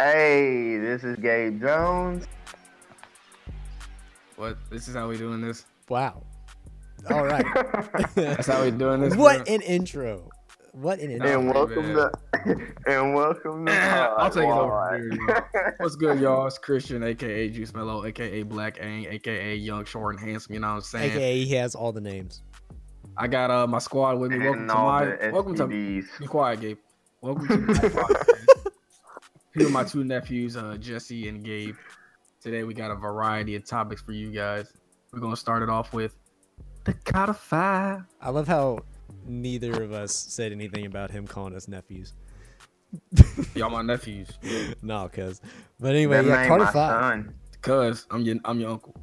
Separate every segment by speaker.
Speaker 1: Hey, this is Gabe Jones.
Speaker 2: What? This is how we doing this?
Speaker 3: Wow. All right.
Speaker 2: That's how we doing this?
Speaker 3: what
Speaker 2: bro?
Speaker 3: an intro. What an intro.
Speaker 1: and
Speaker 2: man.
Speaker 1: welcome to and welcome to
Speaker 2: I'll take it over.
Speaker 1: Podwise.
Speaker 2: Here, yo. What's good, y'all? It's Christian, aka Juice Mellow, aka Black Ang, aka Young Short and Handsome. You know what I'm saying?
Speaker 3: AKA he has all the names.
Speaker 2: I got uh my squad with me. Welcome
Speaker 1: And
Speaker 2: to
Speaker 1: all
Speaker 2: my
Speaker 1: the
Speaker 2: welcome to
Speaker 1: STDs.
Speaker 2: be quiet, Gabe. Welcome to my podcast. Here are my two nephews, uh, Jesse and Gabe. Today we got a variety of topics for you guys. We're gonna start it off with the God of Five.
Speaker 3: I love how neither of us said anything about him calling us nephews.
Speaker 2: Y'all my nephews,
Speaker 3: No, cuz. But anyway,
Speaker 1: That
Speaker 3: yeah,
Speaker 1: ain't
Speaker 3: Carter
Speaker 1: my
Speaker 3: Five.
Speaker 1: son.
Speaker 2: cause I'm your I'm your uncle.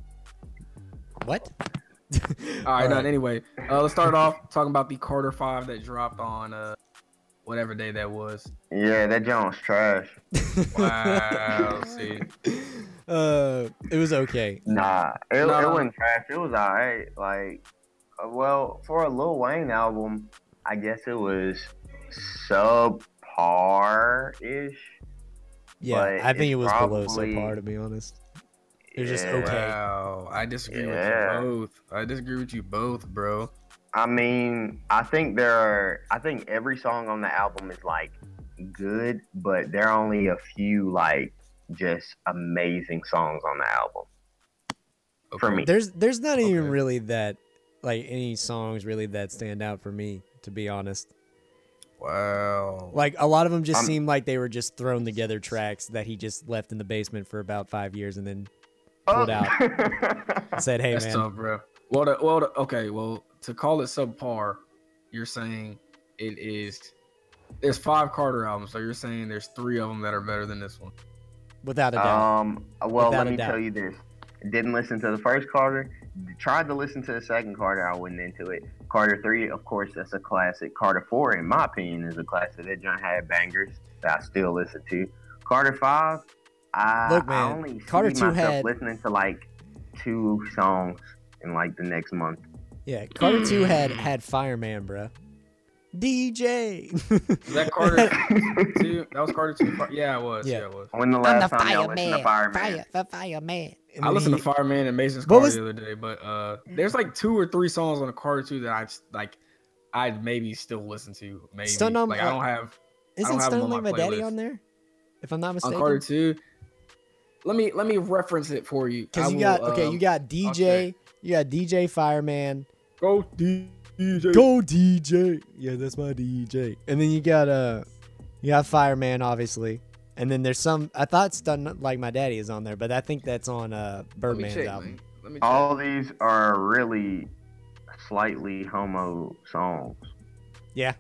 Speaker 3: What?
Speaker 2: All right,
Speaker 3: All
Speaker 2: now
Speaker 3: right.
Speaker 2: anyway, uh, let's start off talking about the Carter Five that dropped on uh, whatever day that was.
Speaker 1: Yeah, that Jones trash.
Speaker 2: Wow, see,
Speaker 3: Uh, it was okay.
Speaker 1: Nah, it, it
Speaker 2: Nah.
Speaker 1: wasn't trash. It was alright. Like, uh, well, for a Lil Wayne album, I guess it was subpar ish.
Speaker 3: Yeah,
Speaker 1: But
Speaker 3: I think
Speaker 1: it's
Speaker 3: it was below
Speaker 1: probably-
Speaker 3: subpar to be honest. It was just
Speaker 1: Yeah.
Speaker 3: okay.
Speaker 2: wow, I disagree
Speaker 1: Yeah.
Speaker 2: with you both. I disagree with you both, bro.
Speaker 1: I mean, I think there are. I think every song on the album is like good, but there are only a few like just amazing songs on the album. For me.
Speaker 3: There's there's not even
Speaker 2: Okay.
Speaker 3: really that like any songs really that stand out for me to be honest.
Speaker 2: Wow.
Speaker 3: Like a lot of them just
Speaker 1: I'm-
Speaker 3: seem like they were just thrown together tracks that he just left in the basement for about five years and then Pulled out. said, "Hey
Speaker 2: That's
Speaker 3: man,
Speaker 2: tough, bro. Well, the, well, the, okay. Well, to call it subpar, you're saying it is. There's five Carter albums, so you're saying there's three of them that are better than this one.
Speaker 3: without a doubt."
Speaker 1: Um. Well,
Speaker 3: Without
Speaker 1: let
Speaker 3: a
Speaker 1: me
Speaker 3: doubt.
Speaker 1: tell you this. Didn't listen to the first Carter. Tried to listen to the second Carter. I wasn't into it. Carter three, of course, that's a classic. Carter four, in my opinion, is a classic. That John had bangers that I still listen to. Carter five, I,
Speaker 3: Look,
Speaker 1: I
Speaker 3: man,
Speaker 1: only
Speaker 3: Carter
Speaker 1: see
Speaker 3: two
Speaker 1: myself
Speaker 3: had-
Speaker 1: listening to like two songs in like the next month.
Speaker 3: yeah, Carter Two had had Fireman, bruh. DJ.
Speaker 2: Is that Carter two? That was Carter two. Yeah, it was. Yeah,
Speaker 3: Yeah.
Speaker 2: it was.
Speaker 1: when the
Speaker 4: I'm the
Speaker 1: last time y'all listened to
Speaker 4: fireman.
Speaker 1: Fireman?
Speaker 4: Fire, the fireman.
Speaker 3: And
Speaker 2: I
Speaker 3: then
Speaker 2: listened
Speaker 3: he-
Speaker 2: to Fireman and Mason's
Speaker 3: What
Speaker 2: Carter
Speaker 3: was-
Speaker 2: the other day, but uh, there's like two or three songs on the Carter two that I just, like. I'd maybe still listen to. Maybe
Speaker 3: Stun Uh, on-
Speaker 2: like I don't have
Speaker 3: Isn't
Speaker 2: don't have him
Speaker 3: Stone
Speaker 2: on
Speaker 3: Like
Speaker 2: my
Speaker 3: My Daddy
Speaker 2: playlist.
Speaker 3: on there? If I'm not
Speaker 2: on
Speaker 3: mistaken.
Speaker 2: Carter two. Let me let me reference it for you. I
Speaker 3: Because you
Speaker 2: will,
Speaker 3: got okay,
Speaker 2: um,
Speaker 3: you got DJ, you got DJ Fireman,
Speaker 2: Go DJ.
Speaker 3: go DJ. Yeah, that's my DJ. And then you got uh, you got Fireman, obviously. And then there's some. I thought Stun like my daddy is on there, but I think that's on uh
Speaker 2: Let me
Speaker 3: Birdman's
Speaker 2: check,
Speaker 3: album.
Speaker 2: man. Let me check.
Speaker 1: All these are really slightly homo songs.
Speaker 3: Yeah.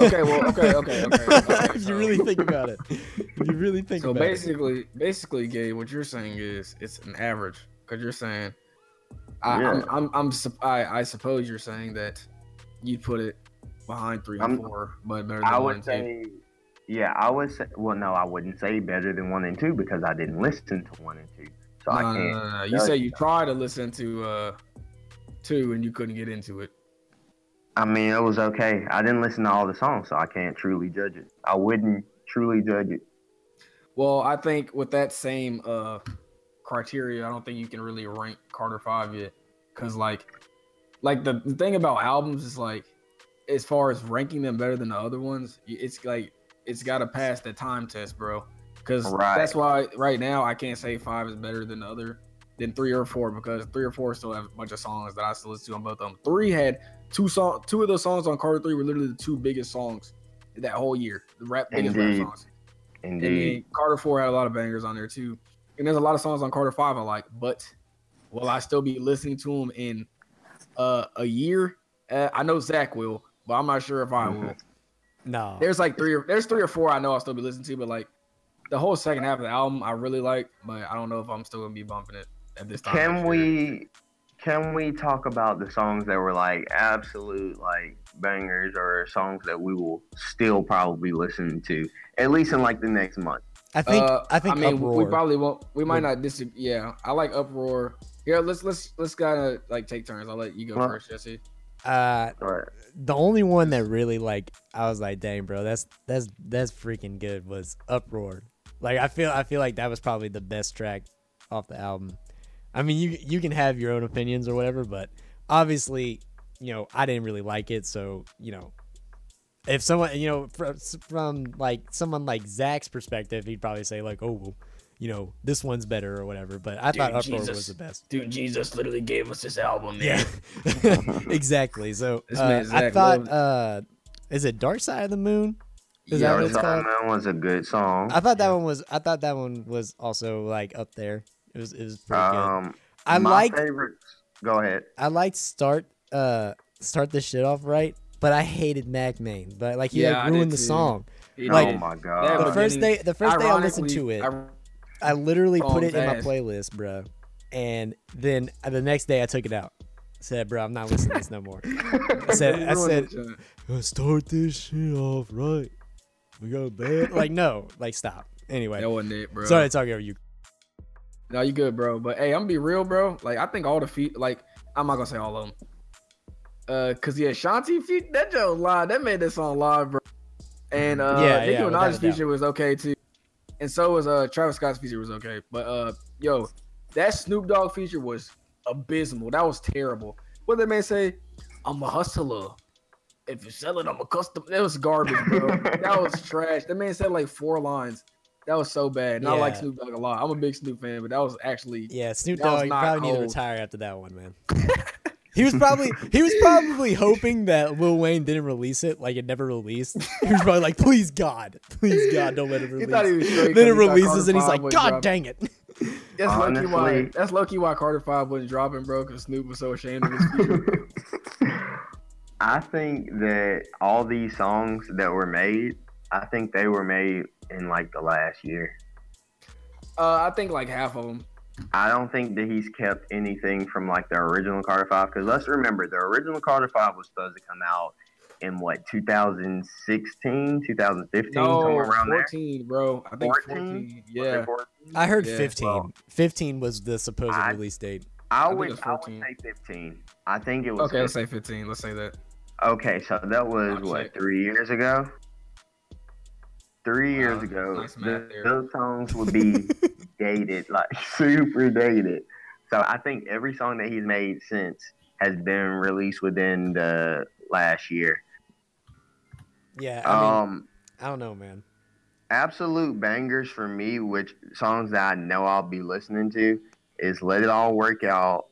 Speaker 2: Okay, well, okay, okay, okay, okay,
Speaker 3: if
Speaker 2: so-
Speaker 3: you really think about it, if you really think
Speaker 2: so
Speaker 3: about
Speaker 2: basically, basically, Gabe, what you're saying is it's an average because you're saying, I,
Speaker 1: Yeah.
Speaker 2: I'm, I'm, I'm sup- I, I suppose you're saying that you put it behind three and
Speaker 1: I'm-
Speaker 2: four, but better than
Speaker 1: I
Speaker 2: one
Speaker 1: would
Speaker 2: and two.
Speaker 1: say, yeah, I would say. Well, no, I wouldn't say better than one and two because I didn't listen to one and two, so I
Speaker 2: no, no,
Speaker 1: can't.
Speaker 2: no, no, no. You
Speaker 1: judge
Speaker 2: say you tried to listen to uh two and you couldn't get into it.
Speaker 1: I mean, it was okay. I didn't listen to all the songs, so I can't truly judge it. I wouldn't truly judge it.
Speaker 2: Well, I think with that same uh criteria, I don't think you can really rank Carter Five yet, because like, like the, the thing about albums is like, as far as ranking them better than the other ones, y- it's like it's got to pass that time test, bro. Because
Speaker 1: Right.
Speaker 2: that's why right now I can't say five is better than the other than three or four because three or four still have a bunch of songs that I still listen to on both of them. Three had two song, two of those songs on Carter Three were literally the two biggest songs that whole year, the rap biggest rap
Speaker 1: Indeed.
Speaker 2: songs. And
Speaker 1: Indeed,
Speaker 2: then Carter Four had a lot of bangers on there too. And there's a lot of songs on Carter Five I like, but will I still be listening to them in uh, a year? Uh, I know Zach will, but I'm not sure if I will.
Speaker 3: it. No.
Speaker 2: There's like three, or, there's three or four I know I'll still be listening to, but like the whole second half of the album I really like, but I don't know if I'm still gonna be bumping it at this time.
Speaker 1: can
Speaker 2: next year.
Speaker 1: we? Can we talk about the songs that were like absolute like bangers or songs that we will still probably listen to at least in like the next month?
Speaker 3: I think
Speaker 2: Uh,
Speaker 3: I think
Speaker 2: I mean,
Speaker 3: uproar.
Speaker 2: we probably won't. We might
Speaker 3: would-
Speaker 2: not disagree. Yeah, I like uproar. Yeah, let's let's let's gotta like take turns. I'll let you go
Speaker 1: Well-
Speaker 2: first, Jesse.
Speaker 3: uh,
Speaker 1: But
Speaker 3: the only one that really like I was like, dang, bro, that's that's that's freaking good was uproar. Like I feel I feel like that was probably the best track off the album. I mean, you you can have your own opinions or whatever, but obviously, you know, I didn't really like it, so you know, if someone you know from, from like someone like Zach's perspective, he'd probably say like, oh, well, you know, this one's better or whatever. But I thought Uproar
Speaker 2: Jesus.
Speaker 3: was the best.
Speaker 2: Dude, Jesus literally gave us this album, man.
Speaker 3: Yeah, exactly. So
Speaker 2: This
Speaker 3: uh,
Speaker 2: man
Speaker 3: I
Speaker 2: Zach
Speaker 3: thought,
Speaker 2: loved it.
Speaker 3: uh, is it Dark Side of the Moon? Is that
Speaker 1: yeah,
Speaker 3: what it's called?
Speaker 1: that was a good song.
Speaker 3: I thought that one was. I thought that one was also like up there. It was. It was pretty good.
Speaker 1: Um,
Speaker 3: I
Speaker 1: my
Speaker 3: liked.
Speaker 1: favorite. Go ahead.
Speaker 3: I liked start. Uh, start this shit off right, but I hated Mac Main. But like he
Speaker 2: Yeah, I
Speaker 3: like,
Speaker 2: did
Speaker 3: ruined the
Speaker 2: too.
Speaker 3: song.
Speaker 2: He
Speaker 3: Like-
Speaker 1: oh
Speaker 2: did.
Speaker 1: my
Speaker 2: That
Speaker 1: god.
Speaker 3: The
Speaker 2: was-
Speaker 3: first day.
Speaker 2: beginning-
Speaker 3: The first day I listened to
Speaker 2: Ironically,
Speaker 3: it,
Speaker 2: I-
Speaker 3: I literally put
Speaker 2: Song's
Speaker 3: it in my
Speaker 2: ass.
Speaker 3: playlist, bro. And then uh, the next day I took it out. Said, bro, I'm not listening to this no more. I said, I said, "Gonna start this shit off right. We go bad. Like no, like stop. Anyway,
Speaker 2: that wasn't it, bro.
Speaker 3: sorry to talk over you.
Speaker 2: No, you good, bro. But hey, I'm gonna be real, bro. Like I think all the feet, like I'm not gonna say all of them. Uh, cause yeah, Shanti feet that joke live. That made this song live, bro. And uh,
Speaker 3: Yeah,
Speaker 2: Nicki
Speaker 3: yeah, without
Speaker 2: Minaj's
Speaker 3: a doubt.
Speaker 2: feature was okay too, and so was uh Travis Scott's feature was okay. But uh, yo, that Snoop Dogg feature was abysmal. That was terrible. What did that man say? I'm a hustler. If you sell it, I'm a customer. That was garbage, bro. that was trash. That man said like four lines. That was so bad. And I like
Speaker 3: Yeah.
Speaker 2: Snoop Dogg a lot. I'm a big Snoop fan, but that was actually
Speaker 3: Yeah, Snoop
Speaker 2: That was
Speaker 3: Dogg, you
Speaker 2: not
Speaker 3: probably need to
Speaker 2: cold.
Speaker 3: retire after that one, man. He was probably he was probably hoping that Lil Wayne didn't release it, like it never released. He was probably like, "Please God, please God, don't let it
Speaker 2: He
Speaker 3: release."
Speaker 2: thought he was straight 'cause
Speaker 3: then
Speaker 2: he
Speaker 3: it
Speaker 2: thought
Speaker 3: releases, and he's
Speaker 2: Carter Five
Speaker 3: like, "God
Speaker 2: would drop
Speaker 3: dang it!"
Speaker 2: that's lucky why
Speaker 1: Honestly.
Speaker 2: that's lucky why Carter Five wasn't dropping, bro, because Snoop was so ashamed of his future.
Speaker 1: I think that all these songs that were made, I think they were made in like the last year.
Speaker 2: uh, I think like half of them.
Speaker 1: I don't think that he's kept anything from like the original Carter Five because let's remember the original Carter Five was supposed to come out in what 2016, 2015,
Speaker 2: No,
Speaker 1: somewhere around there.
Speaker 2: 14, bro. I think 14.
Speaker 1: 14? Was it
Speaker 2: Yeah.
Speaker 1: 14?
Speaker 3: I heard
Speaker 2: Yeah,
Speaker 3: 15.
Speaker 1: well,
Speaker 3: 15 was the supposed
Speaker 1: I-
Speaker 3: release date.
Speaker 1: I,
Speaker 2: I think it
Speaker 1: would,
Speaker 2: was
Speaker 1: I would
Speaker 2: 14.
Speaker 1: say 15. I think it was.
Speaker 2: Okay, let's
Speaker 1: 15.
Speaker 2: say 15. Let's say that.
Speaker 1: Okay, so that was
Speaker 2: I'll
Speaker 1: what
Speaker 2: check.
Speaker 1: three years ago. Three years
Speaker 2: Wow,
Speaker 1: ago,
Speaker 2: nice
Speaker 1: th-
Speaker 2: math there.
Speaker 1: those songs would be dated, like super dated. So I think every song that he's made since has been released within the last year.
Speaker 3: Yeah, I mean,
Speaker 1: um,
Speaker 3: I don't know, man.
Speaker 1: absolute bangers for me, which songs that I know I'll be listening to, is "Let It All Work Out."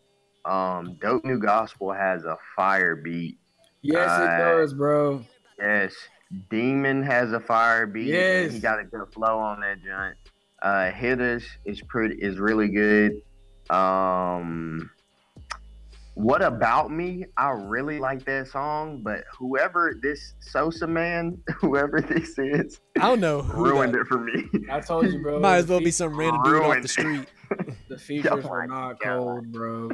Speaker 1: Um, "Dope New Gospel" has a fire beat.
Speaker 2: Yes,
Speaker 1: Uh,
Speaker 2: it does, bro.
Speaker 1: Yes. Demon has a fire beat.
Speaker 2: Yes.
Speaker 1: He got a good flow on that joint. Uh Hitters is pretty is really good. Um What About Me? I really like that song, but whoever this Sosa man, whoever this is,
Speaker 3: I don't know. Who
Speaker 1: ruined
Speaker 3: that-
Speaker 1: it for me.
Speaker 2: I told you, bro.
Speaker 3: Might
Speaker 2: the
Speaker 3: as well be
Speaker 2: feat-
Speaker 3: some random dude off
Speaker 1: ruined
Speaker 3: the
Speaker 1: it.
Speaker 3: street.
Speaker 2: The features
Speaker 1: Oh
Speaker 2: were
Speaker 1: my
Speaker 2: not
Speaker 1: God.
Speaker 2: cold, bro.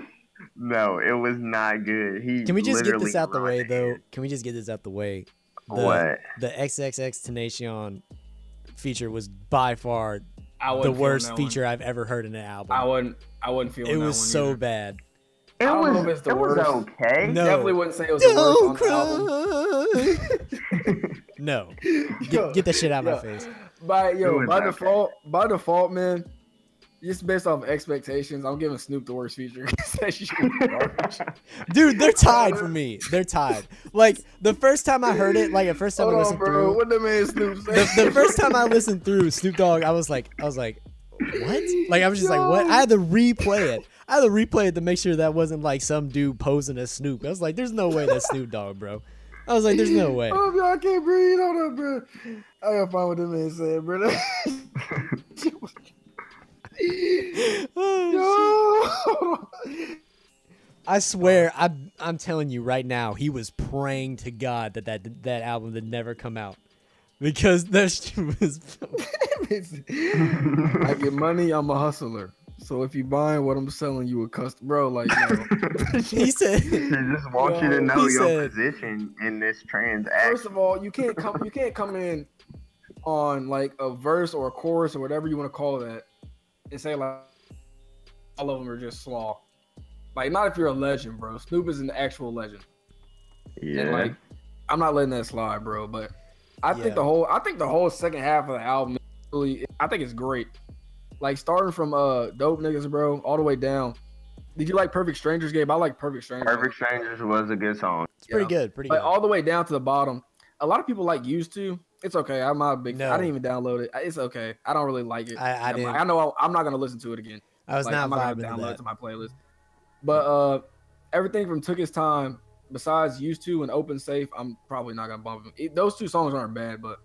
Speaker 1: No, it was not good. He
Speaker 3: Can we just get this
Speaker 1: literally
Speaker 3: out the way,
Speaker 1: ruined
Speaker 3: though?
Speaker 1: it.
Speaker 3: Can we just get this out the way? The,
Speaker 1: What?
Speaker 3: The XXX Tenacion feature was by far
Speaker 2: I
Speaker 3: the
Speaker 2: wasn't feeling
Speaker 3: worst
Speaker 2: that one.
Speaker 3: feature I've ever heard in an album.
Speaker 2: I wasn't. I wasn't feeling.
Speaker 3: it
Speaker 2: that
Speaker 3: was
Speaker 2: one
Speaker 3: so
Speaker 2: either.
Speaker 3: bad.
Speaker 1: It
Speaker 2: don't
Speaker 1: was,
Speaker 2: know if it's the
Speaker 1: it was
Speaker 2: worst.
Speaker 1: okay.
Speaker 3: No.
Speaker 2: Definitely wouldn't say it was the worst on the album.
Speaker 3: no.
Speaker 2: Yo,
Speaker 3: Get, get that shit out of my
Speaker 2: yo.
Speaker 3: face.
Speaker 2: By yo,
Speaker 1: Doing
Speaker 2: by
Speaker 1: that.
Speaker 2: default, by default, man. Just based off expectations, I'm giving Snoop the worst feature. 'Cause that shit was garbage.
Speaker 3: Dude, they're tied for me. They're tied. Like, the first time I heard it, like, the first time
Speaker 2: Hold
Speaker 3: I
Speaker 2: on,
Speaker 3: listened
Speaker 2: bro.
Speaker 3: through.
Speaker 2: What the man Snoop say?
Speaker 3: the, the first time I listened through Snoop Dogg, I was like, I was like, what? Like I was just like, what? I had to replay it. I had to replay it to make sure that wasn't like some dude posing as Snoop. I was like, there's no way that's Snoop Dogg, bro. I was like, there's no way.
Speaker 2: Oh, bro, I can't breathe. Hold on, bro. I gotta find what the man said, bro.
Speaker 3: Oh, shit.
Speaker 2: Yo.
Speaker 3: I swear, I I'm telling you right now, he was praying to God that that that album did never come out because that shit was.
Speaker 2: I get money. I'm a hustler. So if you buying what I'm selling, you a customer, bro. Like, no.
Speaker 3: He said,
Speaker 1: He just wants you
Speaker 2: Yo,
Speaker 1: to know
Speaker 3: he
Speaker 1: your
Speaker 3: said-
Speaker 1: position in this
Speaker 2: first
Speaker 1: transaction.
Speaker 2: of all, you can't come you can't come in on like a verse or a chorus or whatever you want to call that and say like all of them are just slaw. Like not if you're a legend, bro. Snoop is an actual legend. And like I'm not letting that slide, bro. But I
Speaker 3: Yeah.
Speaker 2: think the whole I think the whole second half of the album really, I think it's great. Like starting from uh dope niggas, bro, all the way down. Did you like Perfect Strangers, Gabe? I like Perfect Strangers.
Speaker 1: Perfect Strangers was a good song.
Speaker 3: It's pretty
Speaker 2: Yeah.
Speaker 3: good. Pretty
Speaker 2: Like
Speaker 3: good.
Speaker 2: all the way down to the bottom. A lot of people like used to. It's okay. I'm not a big.
Speaker 3: No.
Speaker 2: I didn't even download it. It's okay. I don't really like it.
Speaker 3: I- I
Speaker 2: I'm like-
Speaker 3: didn't.
Speaker 2: I know I, am not gonna listen to it again.
Speaker 3: I was
Speaker 2: Like,
Speaker 3: not
Speaker 2: I'm not gonna
Speaker 3: vibing to
Speaker 2: download it
Speaker 3: that.
Speaker 2: to my playlist. But uh, everything from took his time. Besides used to and open safe, I'm probably not gonna bump them. It, those two songs aren't bad, but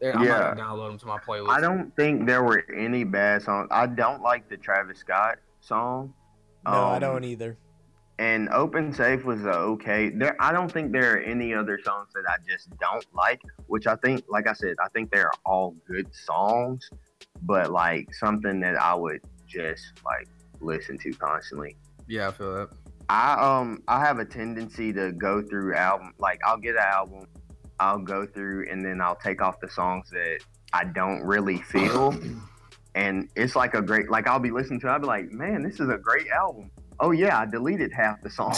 Speaker 2: they're, I'm
Speaker 1: Yeah.
Speaker 2: not gonna download them to my playlist.
Speaker 1: I don't think there were any bad songs. I don't like the Travis Scott song.
Speaker 3: No, I
Speaker 1: Um,
Speaker 3: don't either.
Speaker 1: And Open Safe was uh, okay. There, I don't think there are any other songs that I just don't like. Which I think, like I said, I think they're all good songs, but like something that I would just like listen to constantly.
Speaker 2: Yeah, I feel that.
Speaker 1: I um I have a tendency to go through album like I'll get an album, I'll go through and then I'll take off the songs that I don't really feel. and it's like a great like I'll be listening to it, I'll be like, man, this is a great album. Oh yeah, I deleted half the song.